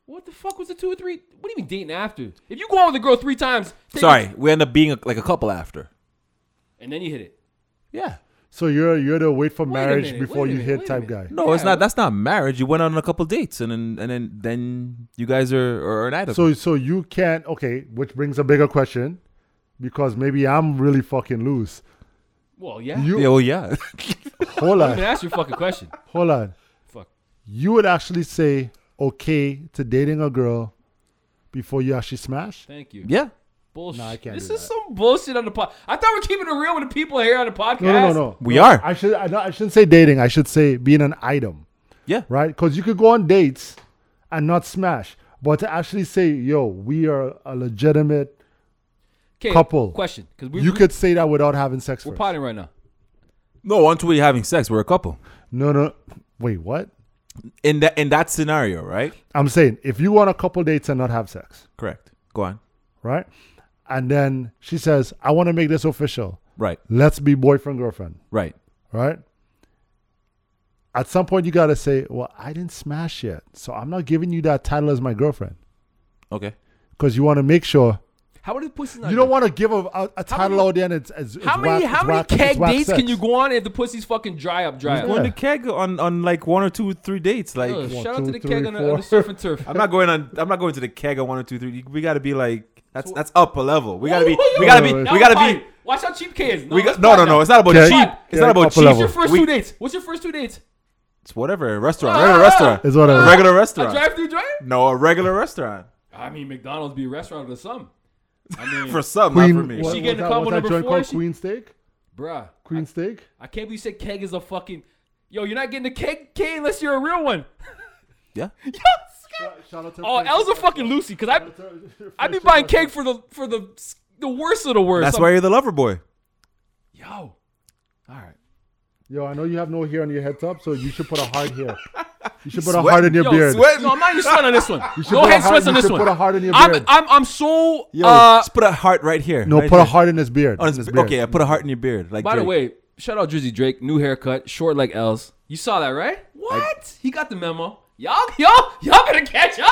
Speaker 4: What the fuck was the two or three? What do you mean dating after? If you go out with a girl three times, take
Speaker 6: Sorry, we end up being a, like a couple after.
Speaker 4: and then you hit it.
Speaker 6: Yeah.
Speaker 5: so you're you're the wait for
Speaker 4: a
Speaker 5: marriage
Speaker 4: minute,
Speaker 5: before
Speaker 4: wait a
Speaker 5: you
Speaker 4: minute,
Speaker 5: hit
Speaker 4: wait a
Speaker 5: type guy.
Speaker 4: minute.
Speaker 6: No, it's
Speaker 4: Yeah.
Speaker 6: not. That's not marriage. You went on a couple dates, and then and then then you guys are are an item.
Speaker 5: So so you can't okay, which brings a bigger question, because maybe I'm really fucking loose.
Speaker 4: Well, yeah.
Speaker 5: You
Speaker 6: yeah, well, yeah.
Speaker 5: hold
Speaker 4: I
Speaker 5: on,
Speaker 4: mean, that's your fucking question.
Speaker 5: hold on.
Speaker 4: Fuck.
Speaker 5: You would actually say okay to dating a girl before you actually smash.
Speaker 4: Thank you.
Speaker 6: yeah.
Speaker 4: Bullshit.
Speaker 5: Nah, I can't
Speaker 4: this
Speaker 5: do
Speaker 4: is
Speaker 5: that.
Speaker 4: some bullshit on the pod. I thought we're keeping it real with the people here on the podcast.
Speaker 5: No no no no.
Speaker 6: We
Speaker 5: No,
Speaker 6: are.
Speaker 5: I should I, no, I shouldn't say dating. I should say being an item,
Speaker 6: Yeah.
Speaker 5: right? Because you could go on dates and not smash, but to actually say yo, we are a legitimate.
Speaker 4: Okay,
Speaker 5: Couple.
Speaker 4: Question. Because we,
Speaker 5: You
Speaker 4: we,
Speaker 5: could say that without having sex
Speaker 4: we're
Speaker 5: first.
Speaker 4: potting right now.
Speaker 6: No, until we're having sex, we're a couple.
Speaker 5: No no. Wait what?
Speaker 6: In that in that scenario, right?
Speaker 5: I'm saying if you want a couple dates and not have sex.
Speaker 6: Correct. Go on.
Speaker 5: right? And then she says, I want to make this official.
Speaker 6: Right.
Speaker 5: Let's be boyfriend, girlfriend,
Speaker 6: Right.
Speaker 5: right? At some point, you got to say, Well, I didn't smash yet. So I'm not giving you that title as my girlfriend
Speaker 6: Okay.
Speaker 5: because you want to make sure
Speaker 4: How would the pussy not
Speaker 5: You don't
Speaker 4: good?
Speaker 5: want to give a, a, a title
Speaker 4: many-
Speaker 5: out there and it's, it's, it's
Speaker 4: How many
Speaker 5: whack-
Speaker 4: how
Speaker 5: it's
Speaker 4: many
Speaker 5: whack- it's
Speaker 4: keg
Speaker 5: whack
Speaker 4: dates
Speaker 5: sex.
Speaker 4: can you go on if the pussy's fucking dry up, dry
Speaker 5: Yeah.
Speaker 4: up?
Speaker 6: Going to keg on, on like one or two, three dates. Like
Speaker 5: One,
Speaker 4: Ugh, shout out
Speaker 5: two,
Speaker 4: to the
Speaker 5: three,
Speaker 4: keg on the, on
Speaker 5: four.
Speaker 4: the surf and turf.
Speaker 6: I'm not going on. I'm not going to the keg on one or two, three. You- We got to be like that's that's up a level. We got to be. We got to be.
Speaker 4: Now
Speaker 6: We got to
Speaker 4: pipe.
Speaker 6: be.
Speaker 4: Watch out, cheap kids.
Speaker 6: We got no, no, no. It's not about
Speaker 5: Keg-
Speaker 6: cheap. It's not
Speaker 5: keg
Speaker 6: about
Speaker 5: up a
Speaker 6: cheap.
Speaker 4: What's
Speaker 5: level.
Speaker 4: your first
Speaker 6: We-
Speaker 4: two dates? What's your first two dates?
Speaker 6: It's whatever. A restaurant. Regular restaurant.
Speaker 5: It's whatever.
Speaker 6: A regular
Speaker 4: A
Speaker 6: restaurant.
Speaker 4: drive-through Ah. drive?
Speaker 6: No, a regular restaurant.
Speaker 4: I mean, McDonald's be a restaurant to some. I mean,
Speaker 6: For some,
Speaker 5: Queen,
Speaker 6: not for me.
Speaker 5: what,
Speaker 4: she
Speaker 5: what's
Speaker 4: getting
Speaker 5: that,
Speaker 4: a combo
Speaker 5: what's that
Speaker 4: number
Speaker 5: joint
Speaker 4: four?
Speaker 5: called?
Speaker 4: She-
Speaker 5: Queen steak?
Speaker 4: bruh,
Speaker 5: Queen steak?
Speaker 4: I can't believe you said keg is a fucking. Yo, you're not getting a keg, keg unless you're a real one.
Speaker 6: Yeah.
Speaker 4: Yo, Scott. Oh, El's a fucking Lucy, cause I I be buying cake for the for the the worst of the worst.
Speaker 6: That's
Speaker 4: I'm-
Speaker 6: why you're the lover boy.
Speaker 4: Yo, all right.
Speaker 5: Yo, I know you have no hair on your head top, so you should put a heart here. You should put a
Speaker 6: Sweat-
Speaker 5: heart in your
Speaker 4: Yo,
Speaker 5: beard.
Speaker 6: sweat-
Speaker 4: No, I'm not even sweating on this one.
Speaker 5: should
Speaker 4: No
Speaker 5: put a
Speaker 4: head
Speaker 5: heart-
Speaker 4: sweats
Speaker 5: you
Speaker 4: on this
Speaker 5: should
Speaker 4: one.
Speaker 5: put a heart in your
Speaker 4: I'm
Speaker 5: beard.
Speaker 4: I'm I'm so.
Speaker 6: Yo,
Speaker 4: uh,
Speaker 6: just put a heart right here.
Speaker 5: No,
Speaker 6: right
Speaker 5: put
Speaker 6: here.
Speaker 5: a heart in his beard.
Speaker 6: On his,
Speaker 5: in his
Speaker 6: be-
Speaker 5: beard.
Speaker 6: okay, I put a heart in your beard. Like
Speaker 4: by the
Speaker 6: Drake.
Speaker 4: way, shout out Drizzy Drake, new haircut, short like L's. You saw that right? What? he got the memo. Y'all, yo, y'all better catch up.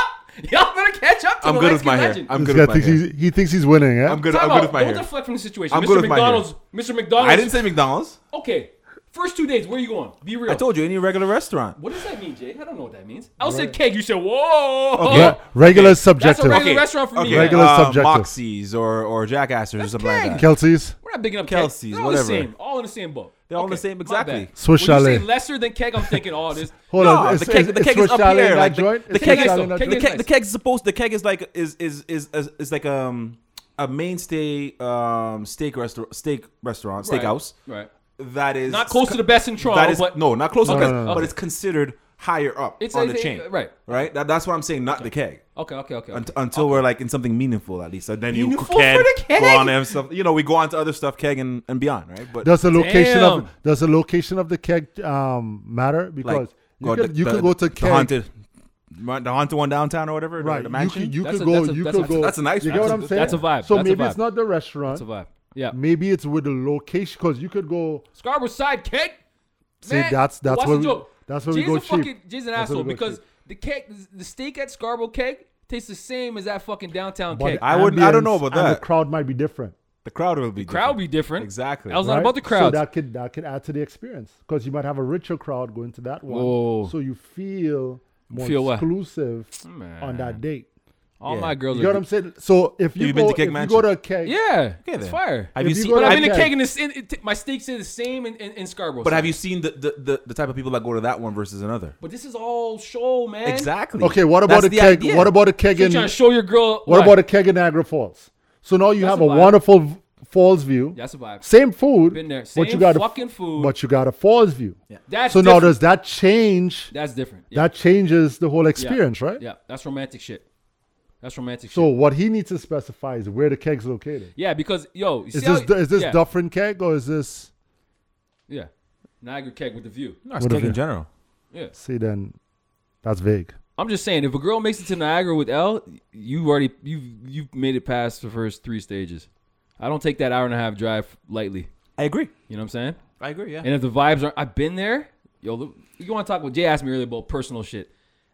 Speaker 4: Y'all better catch up. To
Speaker 6: I'm
Speaker 4: the
Speaker 6: good with
Speaker 4: Mexican
Speaker 6: my hair.
Speaker 4: legend.
Speaker 6: I'm
Speaker 5: This
Speaker 6: good
Speaker 5: guy
Speaker 6: with my
Speaker 5: thinks
Speaker 6: hair.
Speaker 5: he's, he thinks he's winning, eh? yeah?
Speaker 6: I'm good.
Speaker 4: Time
Speaker 6: I'm
Speaker 4: out.
Speaker 6: good with my
Speaker 4: Don't
Speaker 6: hair.
Speaker 4: deflect from the situation.
Speaker 6: I'm
Speaker 4: Mr.
Speaker 6: good with my hair.
Speaker 4: McDonald's. Mr. McDonald's.
Speaker 6: I didn't say McDonald's.
Speaker 4: Okay, first two days. Where you going? Be real.
Speaker 6: I told you any regular restaurant.
Speaker 4: What does that mean, Jay? I don't know what that means. I said keg. You said whoa.
Speaker 6: Okay.
Speaker 5: Re- regular is
Speaker 4: That's
Speaker 5: subjective.
Speaker 4: a regular restaurant for me.
Speaker 5: Okay. Regular
Speaker 6: uh,
Speaker 5: subjective.
Speaker 6: Moxie's or or Jackassers or something
Speaker 4: keg.
Speaker 6: like that.
Speaker 5: Kelsey's.
Speaker 4: We're not big enough. keg.
Speaker 6: Kelsey's,
Speaker 4: They're all
Speaker 6: whatever.
Speaker 4: the same. All in the same boat.
Speaker 6: They're all in the same-
Speaker 4: my
Speaker 6: exactly.
Speaker 4: bad.
Speaker 5: Swiss
Speaker 4: when You
Speaker 5: chalet.
Speaker 4: say lesser than keg. I'm thinking, oh, this.
Speaker 5: Hold
Speaker 6: No,
Speaker 5: on.
Speaker 6: the
Speaker 5: it's-
Speaker 6: keg-
Speaker 5: it's-
Speaker 6: the keg
Speaker 5: it's
Speaker 6: is
Speaker 5: Swiss
Speaker 6: up
Speaker 5: chalet
Speaker 6: here,
Speaker 5: in that
Speaker 6: like, the-
Speaker 5: joint?
Speaker 6: the
Speaker 5: It's Swiss
Speaker 6: keg
Speaker 4: is
Speaker 5: chalet in
Speaker 4: up-
Speaker 5: that
Speaker 4: keg
Speaker 6: The
Speaker 5: joint?
Speaker 4: Nice.
Speaker 6: keg, the keg's supposed. The keg is like is is is is, is like um a mainstay um steak restaurant steak restaurant
Speaker 4: Right.
Speaker 6: steakhouse
Speaker 4: Right.
Speaker 6: that is
Speaker 4: Not close to the best in Toronto,
Speaker 6: that is
Speaker 4: but
Speaker 6: no not close to
Speaker 4: Okay,
Speaker 6: the best,
Speaker 4: no, no,
Speaker 6: but
Speaker 4: no.
Speaker 6: it's considered higher up
Speaker 4: It's-
Speaker 6: on the
Speaker 4: it's-
Speaker 6: chain
Speaker 4: right.
Speaker 6: right that, that's what I'm saying not the keg
Speaker 4: Okay, okay, okay.
Speaker 6: Unt- until we're like in something meaningful at least so then
Speaker 4: Meaningful
Speaker 6: you can
Speaker 4: for the keg?
Speaker 6: go on and stuff you know we go on to other stuff keg and, and beyond right but
Speaker 5: Does the location of
Speaker 4: Damn.
Speaker 5: does the location of the keg um, matter? Because you,
Speaker 6: God,
Speaker 5: could,
Speaker 6: the-
Speaker 5: you
Speaker 6: the-
Speaker 5: could go to
Speaker 6: the
Speaker 5: keg.
Speaker 6: haunted the haunted one downtown or whatever the-
Speaker 5: Right.
Speaker 6: the
Speaker 5: You
Speaker 6: mansion
Speaker 5: could, you
Speaker 4: That's
Speaker 5: could
Speaker 4: a-
Speaker 5: go.
Speaker 4: that's a-
Speaker 5: you
Speaker 4: that's
Speaker 5: could
Speaker 4: a-
Speaker 5: go.
Speaker 6: that's a nice
Speaker 5: You
Speaker 6: one.
Speaker 5: get what
Speaker 6: That's
Speaker 5: I'm
Speaker 6: a-
Speaker 5: saying?
Speaker 4: that's a vibe.
Speaker 5: So
Speaker 4: That's a
Speaker 5: maybe
Speaker 4: vibe.
Speaker 5: it's not the restaurant.
Speaker 4: That's a vibe. Yeah.
Speaker 5: Maybe it's with the location because you could go.
Speaker 4: Scarborough side keg.
Speaker 5: See, that's- that's
Speaker 4: what's
Speaker 5: where
Speaker 4: the
Speaker 5: we-
Speaker 4: joke?
Speaker 5: that's where we
Speaker 4: Jay's
Speaker 5: go
Speaker 4: a Fucking,
Speaker 5: cheap.
Speaker 4: Jay's an
Speaker 5: That's where
Speaker 4: asshole
Speaker 5: we go
Speaker 4: because
Speaker 5: cheap.
Speaker 4: the keg, the steak at Scarborough keg tastes the same as that fucking downtown
Speaker 5: but
Speaker 4: keg.
Speaker 5: the
Speaker 6: I wouldn't- I don't know
Speaker 5: ambience
Speaker 6: about
Speaker 5: and
Speaker 6: that.
Speaker 5: The crowd might be different.
Speaker 6: the crowd will be
Speaker 4: crowd be different.
Speaker 6: Exactly.
Speaker 4: I was not
Speaker 5: right?
Speaker 4: about the
Speaker 5: So
Speaker 4: crowd.
Speaker 5: that could that could add to the experience because you might have a richer crowd going to that one.
Speaker 4: Whoa.
Speaker 5: So you feel more
Speaker 4: Feel what? Oh,
Speaker 5: exclusive on
Speaker 4: Man.
Speaker 5: that date.
Speaker 4: All
Speaker 6: Yeah.
Speaker 4: my girls.
Speaker 5: You
Speaker 4: are
Speaker 5: know what I'm saying? So if you,
Speaker 6: You've been
Speaker 5: go,
Speaker 6: to Keg
Speaker 5: if you
Speaker 6: Mansion?
Speaker 5: go to a keg,
Speaker 4: Yeah,
Speaker 6: Okay,
Speaker 4: it's
Speaker 6: then.
Speaker 4: fire.
Speaker 6: Have you
Speaker 5: If you
Speaker 6: seen?
Speaker 5: go
Speaker 4: but
Speaker 5: to
Speaker 4: I've
Speaker 5: I've
Speaker 4: been to
Speaker 5: had-
Speaker 4: keg and it's in, it, t- my steaks are the same in, in, in Scarborough.
Speaker 6: But
Speaker 4: so-
Speaker 6: have you seen the, the, the, the type of people that go to that one versus another?
Speaker 4: But this is all show, man.
Speaker 6: Eh. Exactly.
Speaker 5: okay, what about
Speaker 6: That's
Speaker 5: a
Speaker 6: the
Speaker 5: keg?
Speaker 6: idea.
Speaker 5: What about a keg
Speaker 4: So you're
Speaker 5: in?
Speaker 4: trying to show your girl.
Speaker 5: What about a keg in Niagara Falls? So now you
Speaker 4: That's
Speaker 5: have
Speaker 4: a
Speaker 5: a
Speaker 4: vibe.
Speaker 5: wonderful v- falls view.
Speaker 4: That's a vibe.
Speaker 5: Same food.
Speaker 4: Been there.
Speaker 5: but
Speaker 4: Same
Speaker 5: you got
Speaker 4: fucking food.
Speaker 5: But you got a falls view. Yeah.
Speaker 4: That's
Speaker 5: so now
Speaker 4: different.
Speaker 5: does that change?
Speaker 4: That's different. Yeah,
Speaker 5: That changes the whole
Speaker 4: yeah,
Speaker 5: experience, right?
Speaker 4: Yeah, that's romantic shit. That's romantic
Speaker 5: So
Speaker 4: shit.
Speaker 5: what he needs to specify is where the keg's located.
Speaker 4: Yeah, because yo, you
Speaker 5: Is
Speaker 4: see how-
Speaker 5: this is this
Speaker 4: yeah,
Speaker 5: Dufferin keg or is this?
Speaker 4: Yeah, Niagara keg with the view.
Speaker 6: No, it's
Speaker 5: What
Speaker 6: keg
Speaker 5: if
Speaker 6: in
Speaker 5: it-
Speaker 6: general.
Speaker 5: See then, that's vague.
Speaker 4: I'm just saying, if a girl makes it to Niagara with L, you already you you've made it past the first three stages. I don't take that hour and a half drive lightly.
Speaker 6: I agree.
Speaker 4: You know what I'm saying?
Speaker 6: I agree. Yeah.
Speaker 4: And if the vibes aren't, I've been there. Yo, look, you want to talk about Jay asked me earlier about personal shit.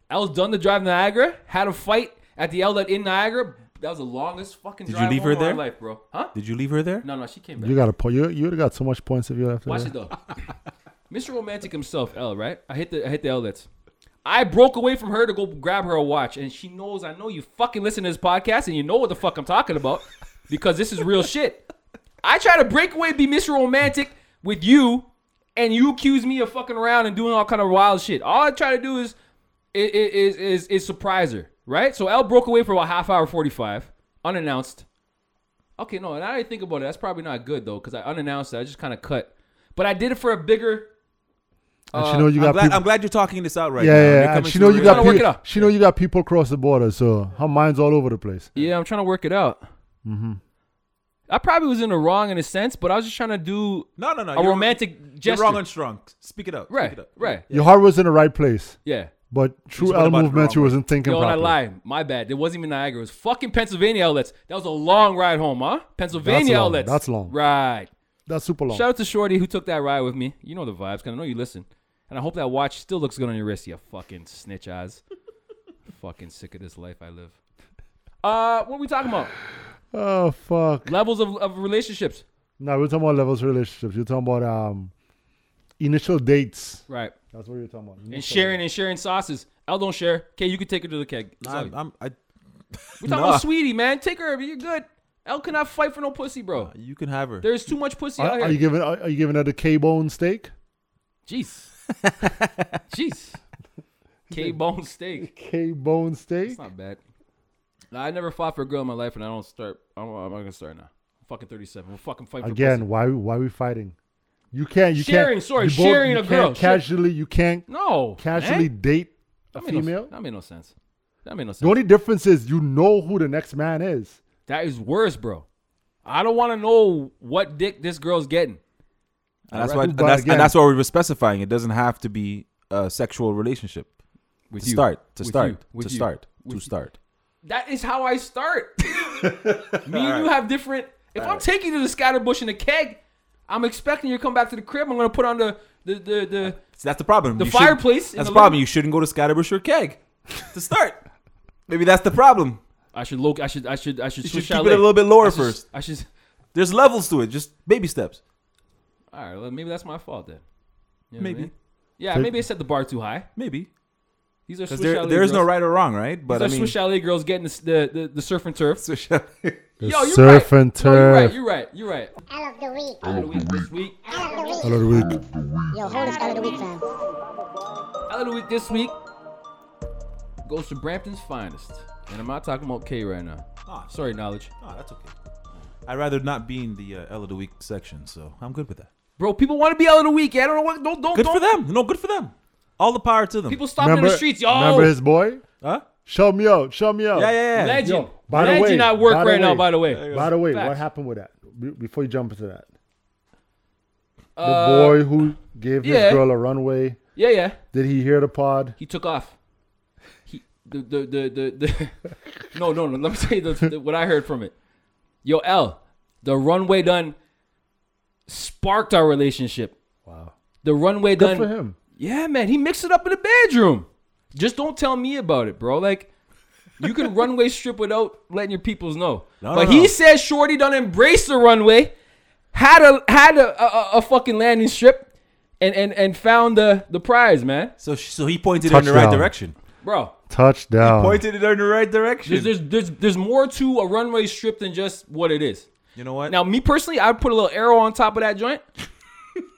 Speaker 4: I was done to drive to Niagara, had a fight at the outlet in Niagara. That was the longest fucking
Speaker 6: Did you
Speaker 4: drive
Speaker 6: leave
Speaker 4: home
Speaker 6: her
Speaker 4: of my
Speaker 6: there?
Speaker 4: life, bro. Huh?
Speaker 6: Did you leave her there?
Speaker 4: No, no, she came back.
Speaker 5: You got a point. You you would have got so much points if you left. it
Speaker 4: Watch
Speaker 5: there.
Speaker 4: it though. Mr. Romantic himself, L, right? I hit the I hit the outlets. I broke away from her to go grab her a watch, and she knows I know you fucking listen to this podcast and you know what the fuck I'm talking about because this is real shit. I try to break away, be Mr. Romantic with you, and you accuse me of fucking around and doing all kind of wild shit. All I try to do is is is is, is surprise her, right? So L broke away for about half hour forty five, unannounced. Okay, no, and I didn't think about it. That's probably not good though, because I unannounced it. I just kind of cut, but I did it for a bigger.
Speaker 5: And she know you
Speaker 6: Uh, I'm
Speaker 5: got
Speaker 6: glad,
Speaker 5: people.
Speaker 6: I'm glad you're talking this out right
Speaker 5: yeah,
Speaker 6: now.
Speaker 5: yeah,
Speaker 6: You're
Speaker 5: yeah. And
Speaker 6: coming
Speaker 5: she
Speaker 6: to
Speaker 5: know
Speaker 6: a
Speaker 5: you
Speaker 6: real-
Speaker 5: got
Speaker 4: Gotta work it
Speaker 5: people.
Speaker 4: out.
Speaker 5: She know you got people across the border, so her mind's all over the place.
Speaker 4: Yeah, I'm trying to work it out.
Speaker 5: Mm-hmm.
Speaker 4: I probably was in the wrong in a sense, but I was just trying to do
Speaker 6: No, no, no.
Speaker 4: a
Speaker 6: you're-
Speaker 4: romantic
Speaker 6: You're
Speaker 4: gesture.
Speaker 6: wrong on strong. Speak it up. Speak
Speaker 4: right,
Speaker 6: it up.
Speaker 4: right.
Speaker 5: Your heart was in the right place,
Speaker 4: Yeah.
Speaker 5: but true
Speaker 6: went
Speaker 5: L
Speaker 6: about it the
Speaker 5: movement,
Speaker 6: wrong
Speaker 5: you
Speaker 6: way.
Speaker 5: wasn't thinking
Speaker 4: Yo, and I
Speaker 5: properly.
Speaker 4: lied. My bad. It wasn't even Niagara. It was fucking Pennsylvania outlets. That was a long ride home, huh? Pennsylvania
Speaker 5: That's long.
Speaker 4: outlets.
Speaker 5: That's long.
Speaker 4: Right.
Speaker 5: That's super long.
Speaker 4: Shout out to Shorty who took that ride with me. You know the vibes, cause I know you listen. And I hope that watch still looks good on your wrist, you fucking snitch eyes. fucking sick of this life I live. Uh, what we talking about?
Speaker 5: Oh fuck.
Speaker 4: Levels of, of relationships.
Speaker 5: No, we're talking about levels of relationships. You're talking about um initial dates.
Speaker 4: Right.
Speaker 5: That's what you're talking about.
Speaker 4: And sharing and sharing sauces. L don't share. Okay, you can take her to the keg. It's all
Speaker 6: I'm,
Speaker 4: you.
Speaker 6: I'm, I,
Speaker 4: we talking
Speaker 6: Nah.
Speaker 4: about sweetie, man. Take her. You're good. L cannot fight for no pussy, bro.
Speaker 6: you can have her.
Speaker 4: There's too much pussy out
Speaker 5: Are,
Speaker 4: here.
Speaker 5: are you giving are, are you giving her the K bone steak?
Speaker 4: Jeez. Jeez. K bone steak.
Speaker 5: K bone
Speaker 4: It's
Speaker 5: steak?
Speaker 4: not bad. Nah, I never fought for a girl in my life, and I don't start. I'm, I'm not gonna start now. I'm fucking 37. We'll fucking fight for pussy.
Speaker 5: Again, why why are we fighting? You can't you
Speaker 4: Sharing,
Speaker 5: can't
Speaker 4: sorry,
Speaker 5: you
Speaker 4: sharing
Speaker 5: you
Speaker 4: a
Speaker 5: can't
Speaker 4: girl, Eh? shit.
Speaker 5: Casually you can't
Speaker 4: No.
Speaker 5: casually
Speaker 4: man.
Speaker 5: date a
Speaker 4: That made no-
Speaker 5: female.
Speaker 4: that made no sense. That made no sense.
Speaker 5: The only difference is you know who the next man is.
Speaker 4: That is worse, bro. I don't want to know what dick this girl's getting.
Speaker 6: and that's why, and
Speaker 5: But
Speaker 6: that's,
Speaker 5: again-
Speaker 6: and that's why we were specifying. It doesn't have to be a sexual relationship.
Speaker 4: With
Speaker 6: To
Speaker 4: you.
Speaker 6: start, to
Speaker 4: With you.
Speaker 6: start,
Speaker 4: With
Speaker 6: to
Speaker 4: you.
Speaker 6: start, to
Speaker 4: With you.
Speaker 6: start.
Speaker 4: That is how I start. Me and you have different. If I'm taking you to the scatterbush in a keg, I'm expecting you to come back to the crib. I'm gonna put on the the the, the
Speaker 6: So that's the problem.
Speaker 4: The
Speaker 6: shouldn't-
Speaker 4: fireplace in
Speaker 6: That's
Speaker 4: the
Speaker 6: the problem.
Speaker 4: living-
Speaker 6: You shouldn't go to Scatterbush or Keg to start. Maybe that's the problem.
Speaker 4: I should look. I should. I should. I should.
Speaker 6: You should
Speaker 4: switch
Speaker 6: keep it
Speaker 4: chalet.
Speaker 6: a little bit lower
Speaker 4: I should-
Speaker 6: first.
Speaker 4: I should.
Speaker 6: There's levels to it. Just baby steps.
Speaker 4: All right. Well, maybe that's my fault then. You know what I
Speaker 6: Maybe.
Speaker 4: mean? Yeah. maybe I set the bar too high.
Speaker 6: Maybe
Speaker 4: These are Swiss
Speaker 6: because there
Speaker 4: chalet
Speaker 6: there is no
Speaker 4: girls.
Speaker 6: right or wrong, right? But
Speaker 4: These
Speaker 6: I
Speaker 4: are
Speaker 6: mean,
Speaker 4: Swiss chalet girls getting the s- the, the, the surf and turf.
Speaker 6: Swiss chalet.
Speaker 4: Yo, you're
Speaker 5: surf
Speaker 4: right.
Speaker 5: and
Speaker 4: No, you're right.
Speaker 5: turf.
Speaker 4: You're right. You're right.
Speaker 3: Out of the week.
Speaker 4: Out of the
Speaker 6: Oh,
Speaker 4: week this week.
Speaker 3: Out of the week.
Speaker 5: Out of the week.
Speaker 3: Yo, hold this out of the week, fam.
Speaker 4: Out of the week this week goes to Brampton's finest, and I'm not talking about K right now.
Speaker 6: Ah.
Speaker 4: Sorry, knowledge,
Speaker 6: Oh, that's okay. I'd rather not be in the uh, L of the Week section, so I'm good with that.
Speaker 4: bro. People want to be out of the week. I don't know what. Don't don't
Speaker 6: Good
Speaker 4: don't.
Speaker 6: for them. No, good for them. All the power to them.
Speaker 4: People stopping in the streets, y'all.
Speaker 5: remember his boy?
Speaker 6: huh?
Speaker 5: Show me out. Show me out.
Speaker 6: Yeah, yeah, yeah.
Speaker 4: Oh, Legend.
Speaker 5: Yo, by the
Speaker 4: Legend
Speaker 5: way,
Speaker 4: at work
Speaker 5: by the
Speaker 4: right now,
Speaker 5: way.
Speaker 4: by the way.
Speaker 5: By the way, what
Speaker 4: Facts.
Speaker 5: happened with that? Be- Before you jump into that, the
Speaker 4: Uh,
Speaker 5: boy who gave
Speaker 4: yeah.
Speaker 5: his girl a runway.
Speaker 4: Yeah, yeah.
Speaker 5: Did he hear the pod?
Speaker 4: He took off. He the the the the, the No, no, no. Let me tell you the, the- what I heard from it. Yo, L, the runway done sparked our relationship.
Speaker 5: Wow.
Speaker 4: The runway
Speaker 5: Good
Speaker 4: done
Speaker 5: for him.
Speaker 4: Yeah, man, he mixed it up in the bedroom. Just don't tell me about it, bro. Like, you can runway strip without letting your peoples know.
Speaker 6: No,
Speaker 4: but
Speaker 6: no,
Speaker 4: he
Speaker 6: no.
Speaker 4: says Shorty done embraced the runway, had a had a, a, a- a fucking landing strip, and and and found the the prize, man,
Speaker 6: So sh- so he pointed in the right
Speaker 5: Touchdown. Oh.
Speaker 6: direction.
Speaker 4: bro.
Speaker 5: Touchdown.
Speaker 6: Pointed it in the right direction.
Speaker 4: There's, there's there's there's more to a runway strip than just what it is.
Speaker 6: you know what?
Speaker 4: Now, me personally, I'd put a little arrow on top of that joint.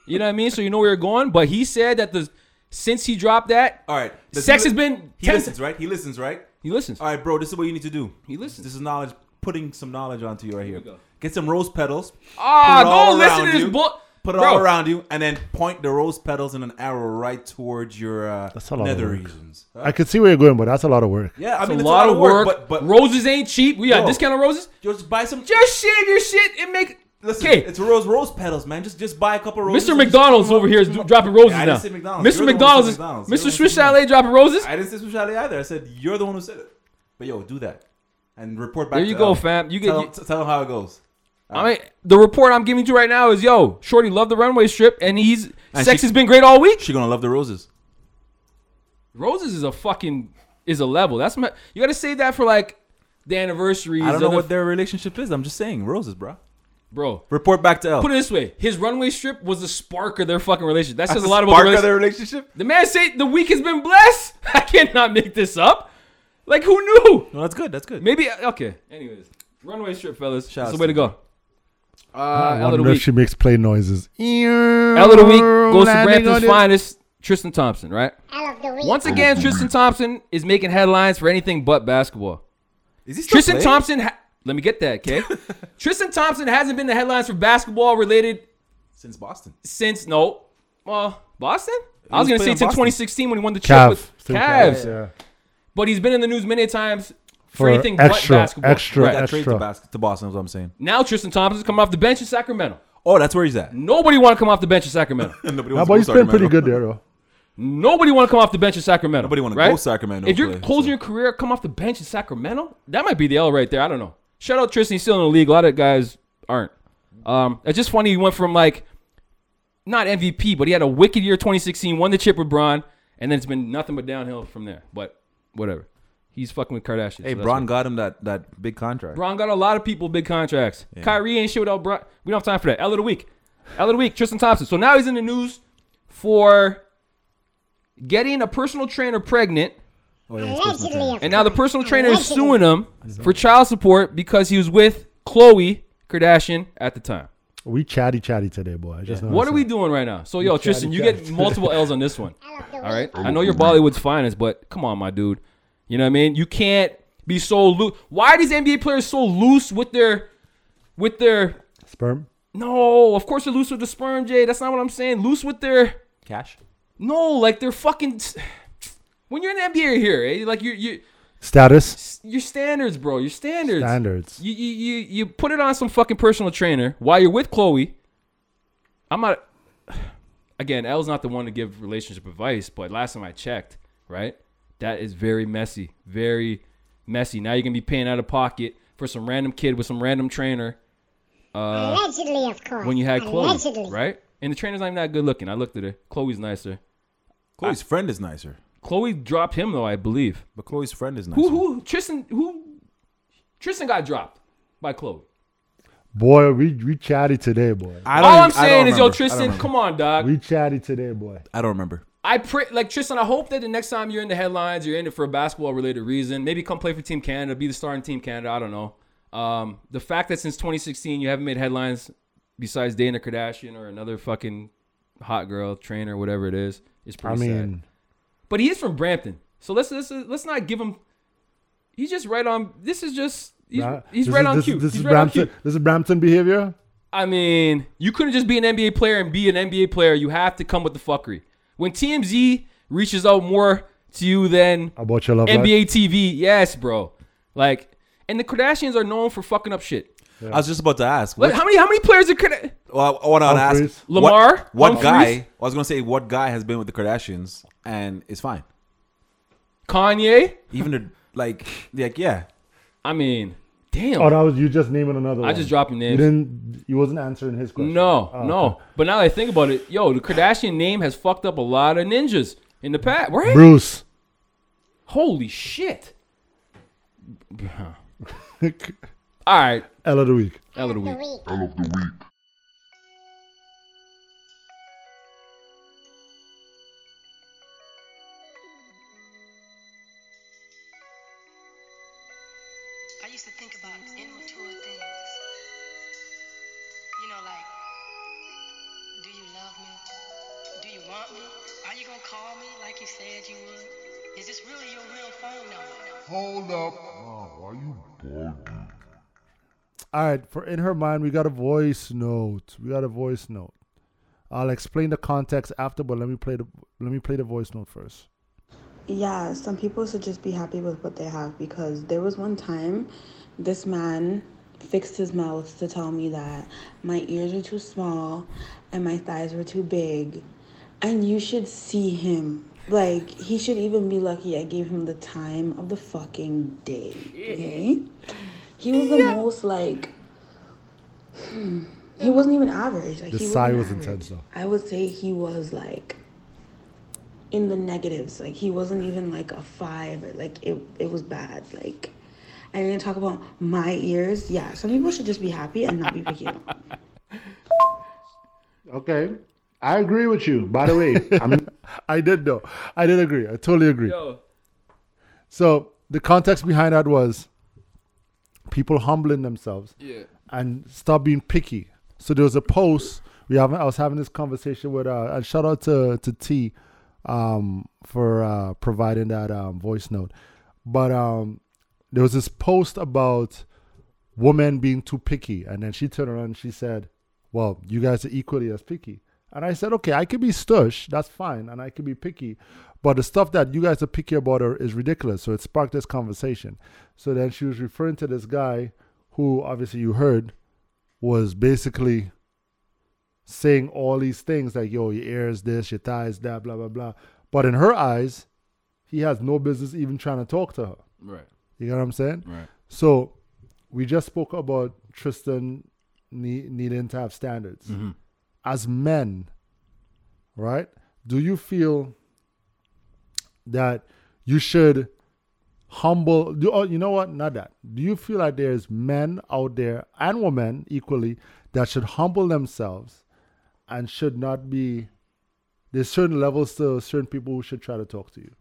Speaker 4: You know what I mean? So you know where you're going. But he said that the since he dropped that,
Speaker 6: all right. Does
Speaker 4: sex
Speaker 6: he
Speaker 4: has been
Speaker 6: He
Speaker 4: ten-
Speaker 6: listens, right? He listens, right?
Speaker 4: He listens.
Speaker 6: All right, bro. This is what you need to do.
Speaker 4: He listens.
Speaker 6: This is knowledge. Putting some knowledge onto you right here.
Speaker 4: go.
Speaker 6: Get some rose petals.
Speaker 4: Ah,
Speaker 6: put it all
Speaker 4: don't listen
Speaker 6: around
Speaker 4: to this
Speaker 6: you.
Speaker 4: bull.
Speaker 6: Put it all around you, and then point the rose petals and an arrow right towards your uh,
Speaker 5: That's a lot of
Speaker 6: nether
Speaker 5: work.
Speaker 6: regions. Huh?
Speaker 5: I could see where you're going, but that's a lot of work.
Speaker 6: Yeah, I
Speaker 4: It's
Speaker 6: mean
Speaker 4: a lot of work.
Speaker 6: but but
Speaker 4: roses ain't cheap. We got
Speaker 6: No.
Speaker 4: discount on roses.
Speaker 6: just buy some.
Speaker 4: Just shave your shit and make.
Speaker 6: Listen,
Speaker 4: Okay,
Speaker 6: it's rose rose petals, man. Just just buy a couple roses.
Speaker 4: Mr.
Speaker 6: and just-
Speaker 4: McDonald's over here is do- dropping roses now.
Speaker 6: I didn't say McDonald's.
Speaker 4: Mr.
Speaker 6: You're the one who said
Speaker 4: McDonald's, is,
Speaker 6: McDonald's. You're the
Speaker 4: Mr.
Speaker 6: one who
Speaker 4: Swiss
Speaker 6: said
Speaker 4: Chalet dropping roses.
Speaker 6: I didn't say Swiss Chalet either. I said you're the one who said it. But yo, do that and report back.
Speaker 4: There
Speaker 6: to
Speaker 4: you go,
Speaker 6: Al.
Speaker 4: fam. You get-
Speaker 6: tell,
Speaker 4: you-
Speaker 6: him- t- tell him how it goes.
Speaker 4: I mean, the report I'm giving you right now is yo, Shorty loved the runway strip, and he's
Speaker 6: And
Speaker 4: sex
Speaker 6: she-
Speaker 4: has been great all week.
Speaker 6: She gonna love the roses.
Speaker 4: Roses is a fucking is a level. That's my. You gotta save that for like the anniversaries.
Speaker 6: I don't know
Speaker 4: of the-
Speaker 6: what their relationship is. I'm just saying roses, bro.
Speaker 4: bro.
Speaker 6: Report back to L.
Speaker 4: Put it this way: his runway strip was the spark of their fucking relationship. That says
Speaker 6: That's
Speaker 4: a lot
Speaker 6: the
Speaker 4: about the
Speaker 6: spark
Speaker 4: relationship.
Speaker 6: of their relationship.
Speaker 4: The man said the week has been blessed. I cannot make this up. Like who knew?
Speaker 6: No, that's good. That's good.
Speaker 4: Maybe uh, okay. Anyways, runway strip, fellas.
Speaker 6: Shout
Speaker 4: That's the
Speaker 6: outs
Speaker 4: way to
Speaker 6: to
Speaker 4: go. Uh,
Speaker 5: I
Speaker 4: L of the
Speaker 5: wonder if
Speaker 4: week.
Speaker 5: she makes play noises.
Speaker 4: L
Speaker 5: L
Speaker 4: of the week goes to Brampton's finest, Tristan Thompson. Right.
Speaker 3: Out of the week.
Speaker 4: Once again, Tristan Thompson is making headlines for anything but basketball.
Speaker 6: Is he still
Speaker 4: Tristan
Speaker 6: playing?
Speaker 4: Thompson. Ha- let me get that, okay? Tristan Thompson hasn't been in the headlines for basketball related
Speaker 6: since Boston?
Speaker 4: since no, well, Boston. I was gonna
Speaker 6: was
Speaker 4: say
Speaker 6: playing
Speaker 4: since
Speaker 6: Boston?
Speaker 4: 2016 when he won the chip
Speaker 5: Cav.
Speaker 4: with
Speaker 5: Still
Speaker 4: Cavs.
Speaker 5: yeah.
Speaker 4: but he's been in the news many times for,
Speaker 5: For
Speaker 4: anything
Speaker 5: extra,
Speaker 4: but basketball.
Speaker 5: extra,
Speaker 4: Right.
Speaker 6: Got traded to,
Speaker 5: Extra.
Speaker 6: Bas- to Boston. Is what I'm saying.
Speaker 4: Now Tristan Thompson's coming off the bench in Sacramento.
Speaker 6: Oh, that's where he's at.
Speaker 4: Nobody want to come off the bench in Sacramento.
Speaker 6: Nobody
Speaker 5: Nah,
Speaker 6: wants
Speaker 5: but
Speaker 6: to
Speaker 5: he's
Speaker 6: go
Speaker 5: been pretty
Speaker 6: Sacramento.
Speaker 5: good there, though.
Speaker 4: Nobody want to come off the bench in Sacramento.
Speaker 6: Nobody wanna
Speaker 4: right?
Speaker 6: go Sacramento
Speaker 4: If you're
Speaker 6: play,
Speaker 4: closing
Speaker 6: so.
Speaker 4: your career, come off the bench in Sacramento. That might be the L right there. I don't know. Shout out Tristan. He's still in the league. A lot of guys aren't. Um, it's just funny. He went from like not MVP, but he had a wicked year 2016, won the chip with Braun, and then it's been nothing but downhill from there. But whatever. he's fucking with Kardashian.
Speaker 6: Hey, Braun got him that, that big contract.
Speaker 4: Braun got a lot of people big contracts. Kyrie ain't shit without Braun. We don't have time for that. L of the week. L of the week, Tristan Thompson. So now he's in the news for getting a personal trainer pregnant.
Speaker 6: Oh,
Speaker 3: Allegedly.
Speaker 4: And now the personal trainer is suing him for child support because he was with Khloe Kardashian at the time.
Speaker 5: We chatty chatty today, boy. I just
Speaker 4: What are we doing right now? So, yo, Tristan, you get
Speaker 5: chatty.
Speaker 4: multiple L's on this one.
Speaker 3: All
Speaker 4: All right. I know you're Bollywood's finest, but come on, my dude. You know what I mean? You can't be so loose. Why are these NBA players so loose with their with their
Speaker 5: sperm.
Speaker 4: No, of course they're loose with the sperm, Jay. That's not what I'm saying. Loose with their
Speaker 6: Cash.
Speaker 4: No, like they're fucking When you're in the NBA here, eh? like you you
Speaker 5: Status
Speaker 4: your standards, bro. Your standards.
Speaker 5: standards.
Speaker 4: You, you you you put it on some fucking personal trainer while you're with Chloe. I'm not. Again, L's not the one to give relationship advice, but last time I checked, right, that is very messy, very messy. Now you're gonna be paying out of pocket for some random kid with some random trainer
Speaker 3: Allegedly, of course.
Speaker 4: when you had Chloe,
Speaker 3: Allegedly.
Speaker 4: right? And the trainer's not even that good looking. I looked at her. Chloe's nicer.
Speaker 6: Chloe's friend is nicer.
Speaker 4: Chloe dropped him though, I believe.
Speaker 6: But Chloe's friend is nicer.
Speaker 4: Who who Tristan who Tristan got dropped by Chloe.
Speaker 5: Boy, we we chatty today, boy.
Speaker 6: I
Speaker 4: All I'm
Speaker 6: even- I don't
Speaker 4: saying is,
Speaker 6: remember.
Speaker 4: yo,
Speaker 6: I don't
Speaker 4: Tristan,
Speaker 6: remember.
Speaker 4: come on, dog.
Speaker 5: We chatty today, boy.
Speaker 6: I don't remember.
Speaker 4: I pray, like Tristan. I hope that the next time you're in the headlines, you're in it for a basketball-related reason. Maybe come play for Team Canada, be the star in Team Canada. I don't know. Um, the fact that since 2016 you haven't made headlines besides Dana Kardashian or another fucking hot girl trainer, whatever it is, is
Speaker 5: I
Speaker 4: pretty sad.
Speaker 5: mean,
Speaker 4: But he is from Brampton, so let's let's let's not give him. He's just right on. This is just he's,
Speaker 5: nah,
Speaker 4: he's
Speaker 5: this
Speaker 4: right
Speaker 5: is-
Speaker 4: on
Speaker 5: this,
Speaker 4: cue.
Speaker 5: This
Speaker 4: he's
Speaker 5: is
Speaker 4: right on
Speaker 5: Brampton.
Speaker 4: cue.
Speaker 5: This is Brampton behavior.
Speaker 4: I mean, you couldn't just be an NBA player and be an NBA player. You have to come with the fuckery. When TMZ reaches out more to you than
Speaker 5: About your love
Speaker 4: NBA TV, yes, bro. Like, and the Kardashians are known for fucking up shit.
Speaker 6: I was just about to ask.
Speaker 4: Like,
Speaker 6: What,
Speaker 4: how many how many players are Karda-
Speaker 6: well, I want to
Speaker 5: Humphries.
Speaker 6: ask. what-
Speaker 4: Lamar,
Speaker 6: What,
Speaker 4: Humphries.
Speaker 6: guy? I was going to say, what guy has been with the Kardashians and is fine?
Speaker 4: Kanye?
Speaker 6: Even the, like, like, yeah.
Speaker 4: I mean, damn.
Speaker 5: Oh, that was you just naming another.
Speaker 4: I
Speaker 5: one.
Speaker 4: just dropping
Speaker 5: You
Speaker 4: names.
Speaker 5: didn't. You wasn't answering his question.
Speaker 4: No,
Speaker 5: Oh,
Speaker 4: no.
Speaker 5: okay.
Speaker 4: But now that I think about it, yo, the Kardashian name has fucked up a lot of ninjas in the past, right?
Speaker 5: Bruce.
Speaker 4: Holy shit. All right,
Speaker 5: L of the week.
Speaker 4: L of the week.
Speaker 3: Week.
Speaker 7: I used to think about immature things. You know, like, do you love me? Do you want me? Are you gonna call me like you said you would? Is this really your real phone number?
Speaker 5: All right, for in her mind, we got a voice note. We got a voice note. I'll explain the context after, but let me play the let me play the voice note first.
Speaker 8: Yeah, some people should just be happy with what they have because there was one time this man fixed his mouth to tell me that my ears were too small and my thighs were too big. And you should see him. Like, he should even be lucky I gave him the time of the fucking day. Okay? He was the most like. hmm, He wasn't even average. Like,
Speaker 5: The
Speaker 8: he
Speaker 5: sigh
Speaker 8: wasn't
Speaker 5: was
Speaker 8: average.
Speaker 5: intense, though.
Speaker 8: I would say he was like in the negatives. Like he wasn't even like a five. or, Like it, it was bad. Like, and then talk about my ears. Yeah, some people should just be happy and not be picky.
Speaker 9: Okay. I agree with you. By the way, I'm
Speaker 5: I did though. I did agree. I totally agree.
Speaker 4: Yo,
Speaker 5: So the context behind that was people humbling themselves
Speaker 4: Yeah.
Speaker 5: and stop being picky. So there was a post we have. I was having this conversation with. Uh, and shout out to to T um, for uh, providing that um, voice note. But um, there was this post about women being too picky, and then she turned around and she said, "Well, you guys are equally as picky." And I said, "Okay, I could be stush, that's fine, and I could be picky, but the stuff that you guys are picky about are, is ridiculous." So it sparked this conversation. So then she was referring to this guy who, obviously, you heard was basically saying all these things like, yo, your ears this, your thighs that, blah, blah, blah. But in her eyes, he has no business even trying to talk to her.
Speaker 4: Right.
Speaker 5: You get what I'm saying?
Speaker 4: Right.
Speaker 5: So we just spoke about Tristan ne- needing to have standards. As men, right? Do you feel that you should humble. Do, oh, you know what? Not that. Do you feel like there's men out there and women equally that should humble themselves and should not be? There's certain levels to certain people who should try to talk to you.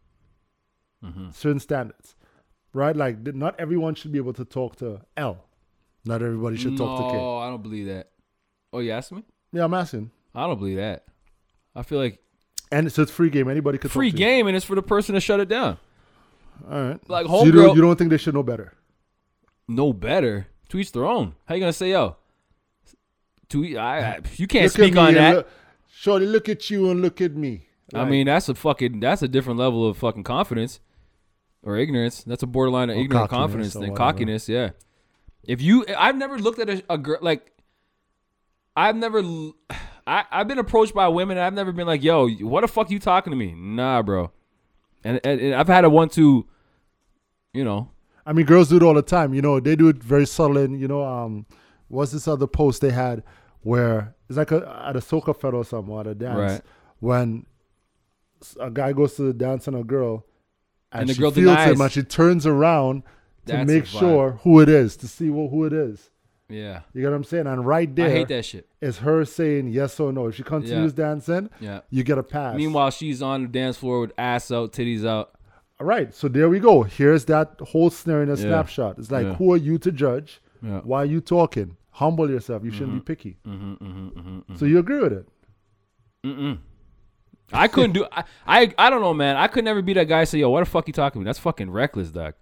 Speaker 5: Certain standards, right? Like th- not everyone should be able to talk to L. Not everybody should talk to K.
Speaker 4: No, I don't believe that. Oh, you asking me?
Speaker 5: Yeah, I'm asking.
Speaker 4: I don't believe that. I feel like
Speaker 5: And so it's free game. Anybody could
Speaker 4: free
Speaker 5: talk to
Speaker 4: game, and it's for the person to shut it down.
Speaker 5: You. All right.
Speaker 4: Like
Speaker 5: So you, don't,
Speaker 4: homegirl,
Speaker 5: you don't think they should know better?
Speaker 4: no better. To each their own. How you gonna say yo? To e- I, I you can't
Speaker 5: Look at
Speaker 4: speak
Speaker 5: me
Speaker 4: on
Speaker 5: and
Speaker 4: that.
Speaker 5: Look, Shorty, look at you and look at me.
Speaker 4: I mean, that's a fucking that's a different level of fucking confidence or ignorance. That's a borderline of
Speaker 5: Or
Speaker 4: ignorant
Speaker 5: cockiness
Speaker 4: confidence
Speaker 5: or
Speaker 4: thing.
Speaker 5: whatever.
Speaker 4: Cockiness, yeah. If you, I've never looked at a, a girl like. I've never, l- I I've been approached by women. and I've never been like, yo, what the fuck you talking to me? Nah, bro. And, and, and I've had a one two, you know.
Speaker 5: I mean, girls do it all the time. You know, they do it very subtle. And you know, um, what's this other post they had where it's like a, at a soca fed or something or at a dance
Speaker 4: Right.
Speaker 5: when s- a guy goes to the dance on a girl and,
Speaker 4: And the
Speaker 5: she
Speaker 4: girl
Speaker 5: feels
Speaker 4: denies.
Speaker 5: him and she turns around to
Speaker 4: That's
Speaker 5: make
Speaker 4: a vibe.
Speaker 5: sure who it is to see wh- who it is.
Speaker 4: Yeah,
Speaker 5: You get what I'm saying? And right there
Speaker 4: I
Speaker 5: is
Speaker 4: hate that shit.
Speaker 5: her saying yes or no. If she continues dancing,
Speaker 4: Yeah.
Speaker 5: you get a pass.
Speaker 4: Meanwhile, she's on the dance floor with ass out, titties out.
Speaker 5: All right, so there we go. Here's that whole scenario in a
Speaker 4: Yeah.
Speaker 5: snapshot. It's like,
Speaker 4: Yeah.
Speaker 5: who are you to judge?
Speaker 4: Yeah. Mm-hmm.
Speaker 5: Why are you talking? Humble yourself. You shouldn't be picky. So you agree with it?
Speaker 4: I couldn't do. I, I I don't know, man. I could never be that guy. Say, yo, what the fuck you talking to me? That's fucking reckless, dog.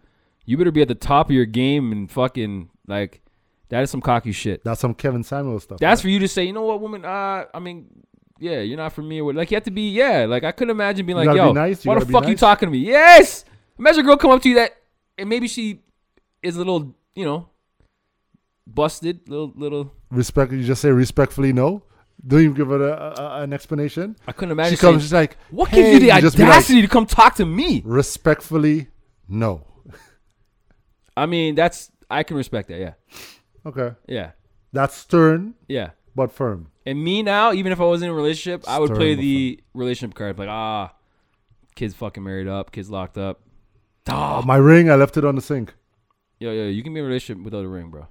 Speaker 4: You better be at the top of your game and fucking like that is some cocky shit.
Speaker 5: That's some Kevin Samuel stuff.
Speaker 4: That's for you to say. You know what, woman? Uh, I mean, yeah, you're not for me. Or what. Like you have to be. Yeah, like I could imagine being like,
Speaker 5: gotta
Speaker 4: yo,
Speaker 5: be nice, you
Speaker 4: why the
Speaker 5: gotta be
Speaker 4: fuck you
Speaker 5: nice.
Speaker 4: talking to me? Yes. Imagine a girl come up to you that, and maybe she is a little, you know, busted, little little.
Speaker 5: right? respect. You just say respectfully no. Don't even give her a, a- a- an explanation.
Speaker 4: I couldn't imagine.
Speaker 5: she comes.
Speaker 4: saying,
Speaker 5: She's like,
Speaker 4: what
Speaker 5: hey,
Speaker 4: gives you the
Speaker 5: just be like,
Speaker 4: audacity to come talk to me?
Speaker 5: respectfully, no.
Speaker 4: I mean, that's I can respect that. Yeah,
Speaker 5: Okay,
Speaker 4: yeah,
Speaker 5: that's stern
Speaker 4: yeah.
Speaker 5: but firm.
Speaker 4: And me now, even if I was in a relationship, I would
Speaker 5: Stern
Speaker 4: play
Speaker 5: with
Speaker 4: the relationship card. Like, ah, kids fucking married up, kids locked up.
Speaker 5: Oh, my ring, I left it on the sink.
Speaker 4: Yo, yo, you can be in a relationship without a ring, bro.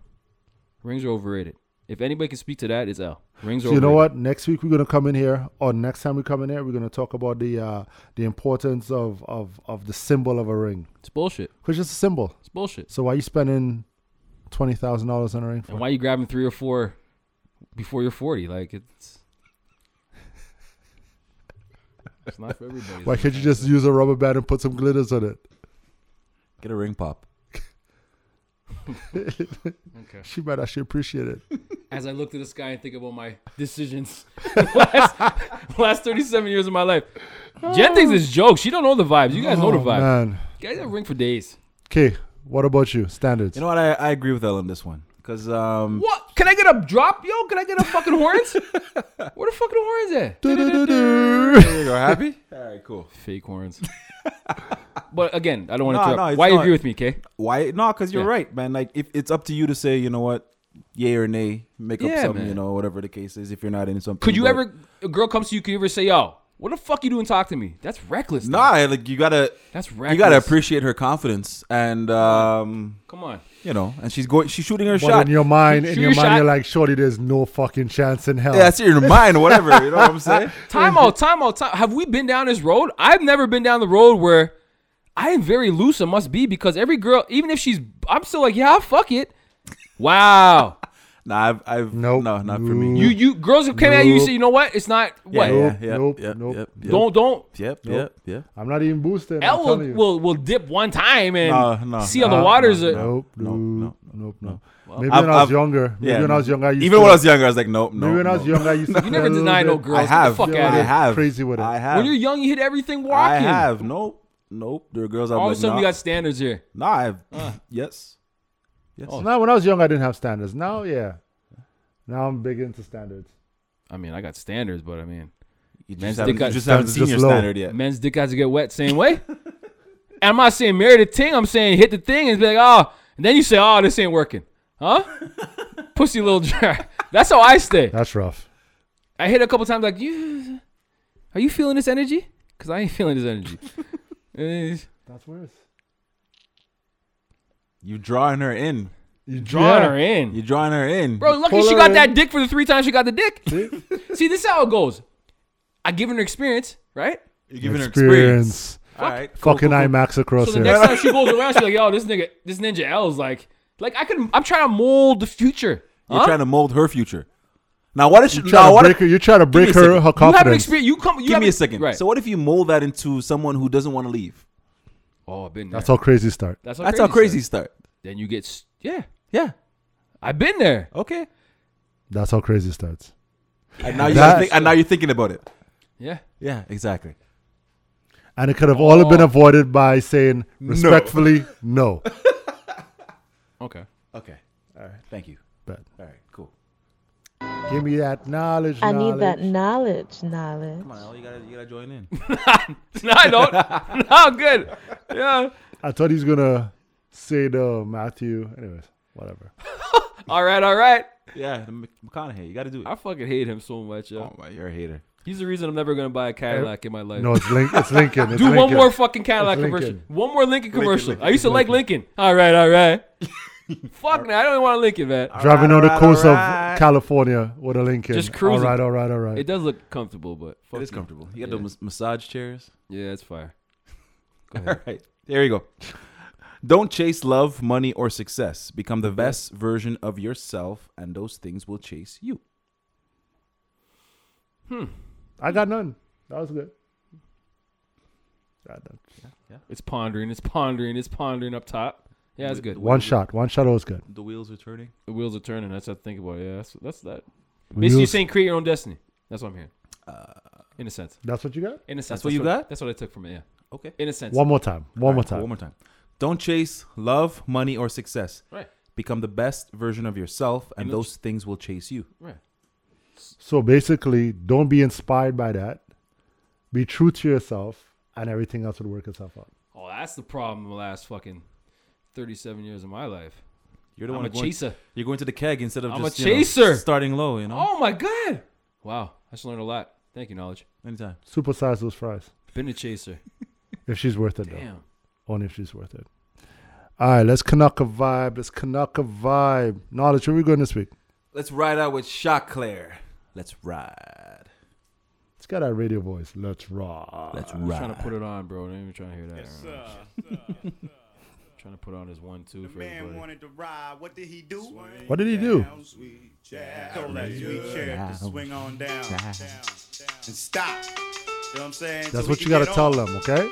Speaker 4: Rings are overrated. If anybody can speak to that, it's L. Rings are
Speaker 5: So you know
Speaker 4: overrated.
Speaker 5: what? Next week we're gonna come in here, or next time we come in here, we're gonna talk about the uh, the importance of, of of the symbol of a ring,
Speaker 4: It's bullshit.
Speaker 5: which is a symbol.
Speaker 4: It's bullshit.
Speaker 5: So why you spending twenty thousand dollars on a ring?
Speaker 4: And
Speaker 5: For?
Speaker 4: why you grabbing three or four before you're 40? Like, it's. It's not for everybody.
Speaker 5: Why can't you just use a rubber band and put some glitters on it?
Speaker 6: Get a ring pop.
Speaker 5: She might actually appreciate it.
Speaker 4: as I look to the sky and think about my decisions last, last 37 years of my life. Jen thinks it's joke. She don't know the vibes. You guys know the
Speaker 5: Oh,
Speaker 4: vibes.
Speaker 5: man.
Speaker 4: You guys have ring for days.
Speaker 5: Okay, what about you? Standards.
Speaker 6: You know what? I, I agree with Elle on this one because um,
Speaker 4: What? Can I get a drop, yo? Can I get a fucking horns? Where the fucking horns at?
Speaker 5: Du-du-du-du.
Speaker 6: you go. Happy? All right, cool.
Speaker 4: Fake horns. but again, I don't want to
Speaker 6: No,
Speaker 4: interrupt.
Speaker 6: no, it's
Speaker 4: Why you
Speaker 6: not-
Speaker 4: agree with me, K?
Speaker 6: Why? No, because you're
Speaker 4: Yeah.
Speaker 6: right, man. Like, if it's up to you to say, you know what, yay or nay, make up
Speaker 4: Yeah,
Speaker 6: something, you
Speaker 4: man.
Speaker 6: know, whatever the case is. If you're not into something,
Speaker 4: Could you
Speaker 6: but-
Speaker 4: ever, a girl comes to you, could you ever say, yo, what the fuck you doing talk to me? That's reckless.
Speaker 6: Nah,
Speaker 4: dog.
Speaker 6: like you gotta,
Speaker 4: That's reckless.
Speaker 6: you gotta appreciate her confidence, and um,
Speaker 4: Come on.
Speaker 6: you know, and she's going, she's shooting her
Speaker 5: But
Speaker 6: shot.
Speaker 5: in your mind, in
Speaker 4: Shoot
Speaker 5: your
Speaker 4: your
Speaker 5: mind,
Speaker 4: shot.
Speaker 5: you're like, shorty, there's no fucking chance in hell.
Speaker 6: yeah, that's in your mind, whatever. You know what I'm saying?
Speaker 4: Time out, time out, time. Have we been down this road? I've never been down the road where I am very loose and must be because every girl, even if she's, I'm still like, yeah, fuck it. Wow,
Speaker 6: Nah, I've, I've
Speaker 5: Nope.
Speaker 6: no, not for me.
Speaker 4: you you girls come at you and
Speaker 5: Nope.
Speaker 4: say, you know what? It's not what.
Speaker 6: yeah, yeah,
Speaker 5: Nope,
Speaker 6: yeah,
Speaker 5: nope,
Speaker 6: yep,
Speaker 5: nope.
Speaker 6: yep, yep,
Speaker 4: Don't don't.
Speaker 6: yep, yep, yep.
Speaker 5: I'm not even boosting.
Speaker 4: L
Speaker 5: I'm
Speaker 4: will,
Speaker 5: telling you.
Speaker 4: will will dip one time and
Speaker 6: No, no,
Speaker 4: see how
Speaker 6: no,
Speaker 4: the waters
Speaker 6: no,
Speaker 4: are.
Speaker 5: Nope,
Speaker 6: No,
Speaker 5: nope,
Speaker 6: no,
Speaker 5: nope, nope, no. Maybe
Speaker 6: I've-
Speaker 5: when I was
Speaker 6: I've-
Speaker 5: younger. Maybe
Speaker 6: Yeah,
Speaker 5: when I was younger, I used
Speaker 6: Even
Speaker 5: to,
Speaker 6: when I was younger, I was like, nope, no.
Speaker 5: Maybe when I
Speaker 6: no.
Speaker 5: was younger, I used to.
Speaker 4: You
Speaker 5: feel
Speaker 4: never
Speaker 5: a little
Speaker 4: deny no
Speaker 5: bit-
Speaker 4: girls.
Speaker 6: I
Speaker 4: Get
Speaker 6: have,
Speaker 4: the fuck
Speaker 6: I
Speaker 4: out of here.
Speaker 6: have,
Speaker 5: Crazy with it.
Speaker 6: I have.
Speaker 4: When you're young, you hit everything
Speaker 6: I
Speaker 4: walking.
Speaker 6: have, nope, nope. There are girls I'm
Speaker 4: All
Speaker 6: like,
Speaker 4: of a sudden,
Speaker 6: nah,
Speaker 4: we got Uh. standards here.
Speaker 6: nah, I've, yes, yes.
Speaker 4: Oh,
Speaker 5: Now, when I was young, I didn't have standards. Now, yeah. Now I'm big into standards.
Speaker 4: I mean, I got standards, but I mean,
Speaker 6: You
Speaker 4: Men's dick
Speaker 6: just haven't, you
Speaker 4: got-
Speaker 6: just haven't
Speaker 5: stands
Speaker 6: seen
Speaker 5: just
Speaker 6: your
Speaker 5: low.
Speaker 6: standard yet.
Speaker 4: men's dick has to get wet same way. and I'm not saying marry the thing. I'm saying hit the thing and be like, oh, and then you say, oh, this ain't working, huh? Pussy a little dry. That's how I stay.
Speaker 5: That's rough.
Speaker 4: I hit a couple times like, you, are you feeling this energy? Cause I ain't feeling this energy. And it's-
Speaker 5: That's worse.
Speaker 6: You drawing her in.
Speaker 5: You
Speaker 4: Drawing
Speaker 5: yeah.
Speaker 4: her in.
Speaker 6: You drawing her in.
Speaker 4: Bro, lucky
Speaker 5: Pull
Speaker 4: she
Speaker 5: her
Speaker 4: got
Speaker 5: in.
Speaker 4: that dick for the three times she got the dick.
Speaker 5: See?
Speaker 4: See, this is how it goes. I give her experience, right?
Speaker 6: You're giving
Speaker 5: Experience.
Speaker 6: her experience. All right. cool,
Speaker 5: Fucking
Speaker 6: cool, cool.
Speaker 5: IMAX across
Speaker 4: So the
Speaker 5: here.
Speaker 4: next time she goes around, she's like, "Yo, this nigga, this Ninja L is like, like I can, I'm trying to mold the future.
Speaker 6: You're
Speaker 4: Huh?
Speaker 6: trying to mold her future. Now what if she?
Speaker 5: You
Speaker 6: Now
Speaker 5: trying to
Speaker 6: what
Speaker 5: break
Speaker 6: if,
Speaker 5: her, you trying to break
Speaker 6: me a
Speaker 5: her,
Speaker 6: second.
Speaker 5: her
Speaker 4: You have an
Speaker 5: confidence.
Speaker 4: experience. You come. You
Speaker 6: give
Speaker 4: have
Speaker 6: me a second.
Speaker 4: Right.
Speaker 6: So what if you mold that into someone who doesn't want to leave?
Speaker 4: oh, I've been there.
Speaker 5: That's how crazy start.
Speaker 4: That's
Speaker 6: That's how crazy
Speaker 4: it starts.
Speaker 6: start.
Speaker 4: Then you get. s- Yeah,
Speaker 6: Yeah.
Speaker 4: I've been there.
Speaker 6: Okay.
Speaker 5: That's how crazy starts.
Speaker 6: And now you
Speaker 5: That-
Speaker 6: gotta think, and now you're thinking about it.
Speaker 4: Yeah.
Speaker 6: Yeah, exactly.
Speaker 5: And it could
Speaker 4: Oh.
Speaker 5: have all been avoided by saying respectfully no.
Speaker 4: Okay.
Speaker 6: Okay. All right. Thank you.
Speaker 5: But
Speaker 6: All right. Cool.
Speaker 5: give me that knowledge.
Speaker 10: I
Speaker 5: knowledge.
Speaker 10: need that knowledge, knowledge.
Speaker 6: Come on, Al, you gotta you gotta join in.
Speaker 4: no, I don't. no, I'm good. Yeah.
Speaker 5: I thought he's gonna say the Matthew. Anyways, whatever.
Speaker 4: All right. All right.
Speaker 6: yeah, the Mc- McConaughey. You gotta do it.
Speaker 4: I fucking hate him so much. Yo.
Speaker 6: Oh my, you're a hater.
Speaker 4: He's the reason I'm never gonna buy a Cadillac in my life.
Speaker 5: No, it's Link. It's Lincoln. It's
Speaker 4: Do one
Speaker 5: Lincoln.
Speaker 4: more fucking Cadillac
Speaker 5: It's Lincoln.
Speaker 4: commercial. One more Lincoln commercial. I used to like Lincoln. All right, all right. Fuck now, I don't even want a Lincoln, man.
Speaker 5: Driving on the
Speaker 6: Alright,
Speaker 5: coast
Speaker 6: alright.
Speaker 5: of California with a Lincoln.
Speaker 4: Just cruising.
Speaker 5: All right, all right, all right.
Speaker 4: It does look comfortable, but fuck
Speaker 6: It is
Speaker 4: you.
Speaker 6: comfortable. You got
Speaker 4: Yeah.
Speaker 6: the mas- massage chairs.
Speaker 4: Yeah, it's fire.
Speaker 6: All right. There you go. Don't chase love, money, or success. Become the best version of yourself, and those things will chase you.
Speaker 5: I got none. That was good. Got none.
Speaker 4: It's pondering. It's pondering. It's pondering up top. Yeah, it's good.
Speaker 5: One shot. One shot was good.
Speaker 6: The wheels are turning.
Speaker 4: The wheels are turning. That's what I think about. Yeah, that's that's that. Basically, you're
Speaker 5: Wheels-
Speaker 4: saying create your own destiny. That's what I'm hearing. in a sense.
Speaker 5: That's what you got?
Speaker 4: In a sense.
Speaker 6: Uh, what you got?
Speaker 4: That's what I took from it. Yeah.
Speaker 6: Okay.
Speaker 4: In a sense.
Speaker 5: One more time. One more time.
Speaker 6: One more time. Don't chase love, money, or success.
Speaker 4: Right.
Speaker 6: Become the best version of yourself, and
Speaker 4: Image.
Speaker 6: those things will chase you.
Speaker 4: Right.
Speaker 5: So basically, don't be inspired by that. Be true to yourself, and everything else will work itself out.
Speaker 4: Oh, that's the problem. in The last fucking 37 years of my life.
Speaker 6: You're the
Speaker 4: I'm
Speaker 6: one
Speaker 4: a
Speaker 6: going-
Speaker 4: chaser.
Speaker 6: You're going to the keg instead of
Speaker 4: I'm a
Speaker 6: just you know,
Speaker 4: chaser.
Speaker 6: starting low. You know,
Speaker 4: Oh my god. Wow. I just learned a lot. Thank you, knowledge.
Speaker 6: anytime.
Speaker 5: Supersize those fries.
Speaker 4: Been a chaser.
Speaker 5: If she's worth it,
Speaker 4: Damn.
Speaker 5: though. Only if she's worth it. All right, let's Canuck a vibe. Let's Canuck a vibe. Knowledge, where we going this week?
Speaker 6: Let's ride out with Shot Claire. Let's ride.
Speaker 5: It's got that radio voice. Let's rock.
Speaker 6: Let's
Speaker 4: trying
Speaker 6: ride.
Speaker 4: to Uh, put it on, bro. Don't even trying to hear that. right now. trying to put on his one two for
Speaker 1: Man
Speaker 4: everybody.
Speaker 1: wanted to ride. What did he do?
Speaker 5: What did he do?
Speaker 1: Down, sweet jazz. Told that sweet cherub to swing on down, down, down, and stop. You know what I'm saying?
Speaker 5: That's
Speaker 1: So
Speaker 5: what
Speaker 1: he
Speaker 5: you
Speaker 1: can
Speaker 5: got to
Speaker 1: get
Speaker 5: tell
Speaker 1: on.
Speaker 5: them, okay?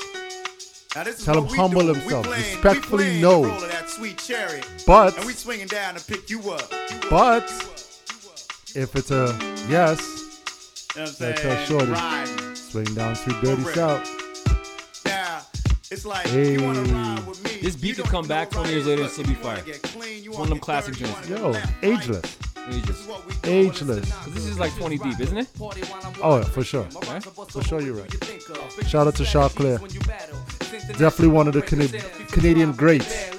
Speaker 1: Now, this is
Speaker 5: Tell
Speaker 1: what
Speaker 5: him
Speaker 1: we
Speaker 5: humble
Speaker 1: do. We
Speaker 5: himself.
Speaker 1: playing- we
Speaker 5: Respectfully
Speaker 1: playing
Speaker 5: no.
Speaker 1: The role of that sweet chariot.
Speaker 5: But-
Speaker 1: and we swinging down to pick you up. You up,
Speaker 5: But
Speaker 1: you up, you up.
Speaker 5: if it's a yes,
Speaker 1: You know what I'm
Speaker 5: That's
Speaker 1: saying?
Speaker 5: our shorty.
Speaker 1: Riding.
Speaker 5: swing down through dirty
Speaker 1: Correct.
Speaker 5: south.
Speaker 1: Now, it's like
Speaker 5: Hey.
Speaker 1: you wanna ride with me.
Speaker 4: This beat
Speaker 1: you
Speaker 4: could
Speaker 1: don't
Speaker 4: come
Speaker 1: know
Speaker 4: back 20 years
Speaker 1: right
Speaker 4: later and
Speaker 1: foot.
Speaker 4: still be
Speaker 1: You wanna
Speaker 4: fire.
Speaker 1: get clean, you
Speaker 4: It's one
Speaker 1: wanna
Speaker 4: of them
Speaker 1: get
Speaker 4: classic
Speaker 1: dirty, you
Speaker 4: joints.
Speaker 1: wanna
Speaker 5: Yo,
Speaker 1: go left, right.
Speaker 5: ageless.
Speaker 1: This
Speaker 4: Ages.
Speaker 1: is what we doing.
Speaker 5: Ageless.
Speaker 4: This is like 20 deep, isn't it?
Speaker 5: Oh, yeah, for sure.
Speaker 4: Right?
Speaker 5: For sure, you're right. Shout out to Shaw Clear. Definitely one of the Cana- Canadian greats.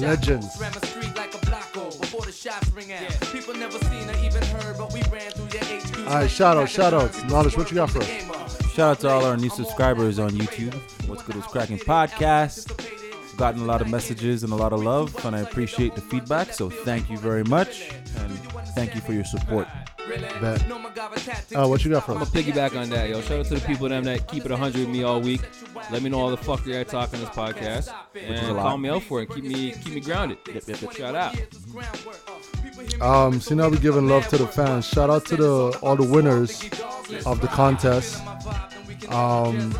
Speaker 5: Legends. All right, shout out, shout outs. Knowledge, what you got for us?
Speaker 6: Shout out to all our new subscribers on YouTube. What's good is cracking podcast. I've gotten a lot of messages and a lot of love, and I appreciate the feedback. So thank you very much, and thank you for your support.
Speaker 5: Bet. Uh, what you got for
Speaker 4: I'm
Speaker 5: us?
Speaker 4: gonna piggyback on that, yo. Shout out to the people that, that keep it 100 with me all week. Let me know all the fuckery I talk on this podcast,
Speaker 6: is a
Speaker 4: and
Speaker 6: lot.
Speaker 4: call me out for it. Keep me keep me grounded. Shout out.
Speaker 5: Um, so now we're giving love to the fans. Shout out to the all the winners of the contest. Um,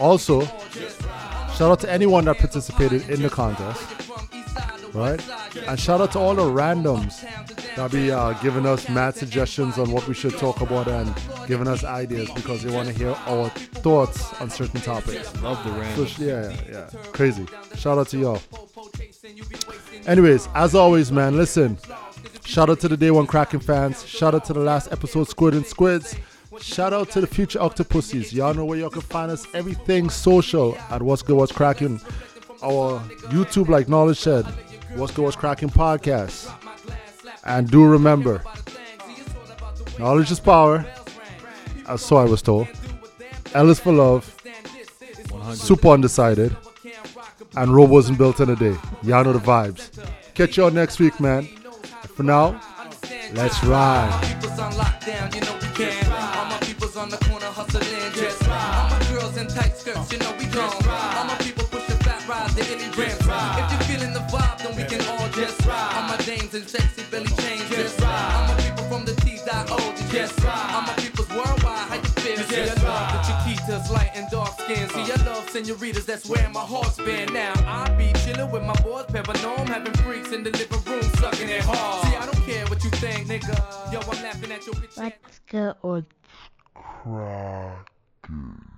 Speaker 5: also, shout out to anyone that participated in the contest, right? And shout out to all the randoms that be uh, giving us mad suggestions on what we should talk about and giving us ideas because they want to hear our thoughts on certain topics.
Speaker 4: Love the
Speaker 5: So,
Speaker 4: random.
Speaker 5: yeah, yeah, yeah. Crazy. Shout out to y'all. Anyways, as always, man, listen. Shout out to the Day One Kraken fans. Shout out to the last episode, Squid and Squids. Shout out to the future Octopussies. Y'all know where y'all can find us. Everything social at What's Good, What's Cracking. Our YouTube, like Knowledge said, What's Good, What's Cracking podcast. And do remember, knowledge is power. Uh, So I was told. L is for love. Super undecided. and Robo wasn't built in a day. Y'all know the vibes. Catch y'all next week, man. For now, let's ride.
Speaker 11: people's on lockdown, you know we can. All my people's on the corner hustling, just ride. All my girls in tight skirts, you know we gone. All my people pushing fat rides to any rims. If you're feeling the vibe, then we can all just ride. All my dames and sexy Billy chains, just ride. All my people from the T.O. to just ride. All my people's worldwide, how you feel? See, I love the Chiquitas, light and dark skin. See, I love senoritas, that's where my heart's been. Now I be chilling with my boys, pepper know I'm having freaks in the living room, sucking it hard. See, I don't care what you think, nigga. Yo, I'm laughing at your bitch.
Speaker 10: What's good or
Speaker 5: Kraken.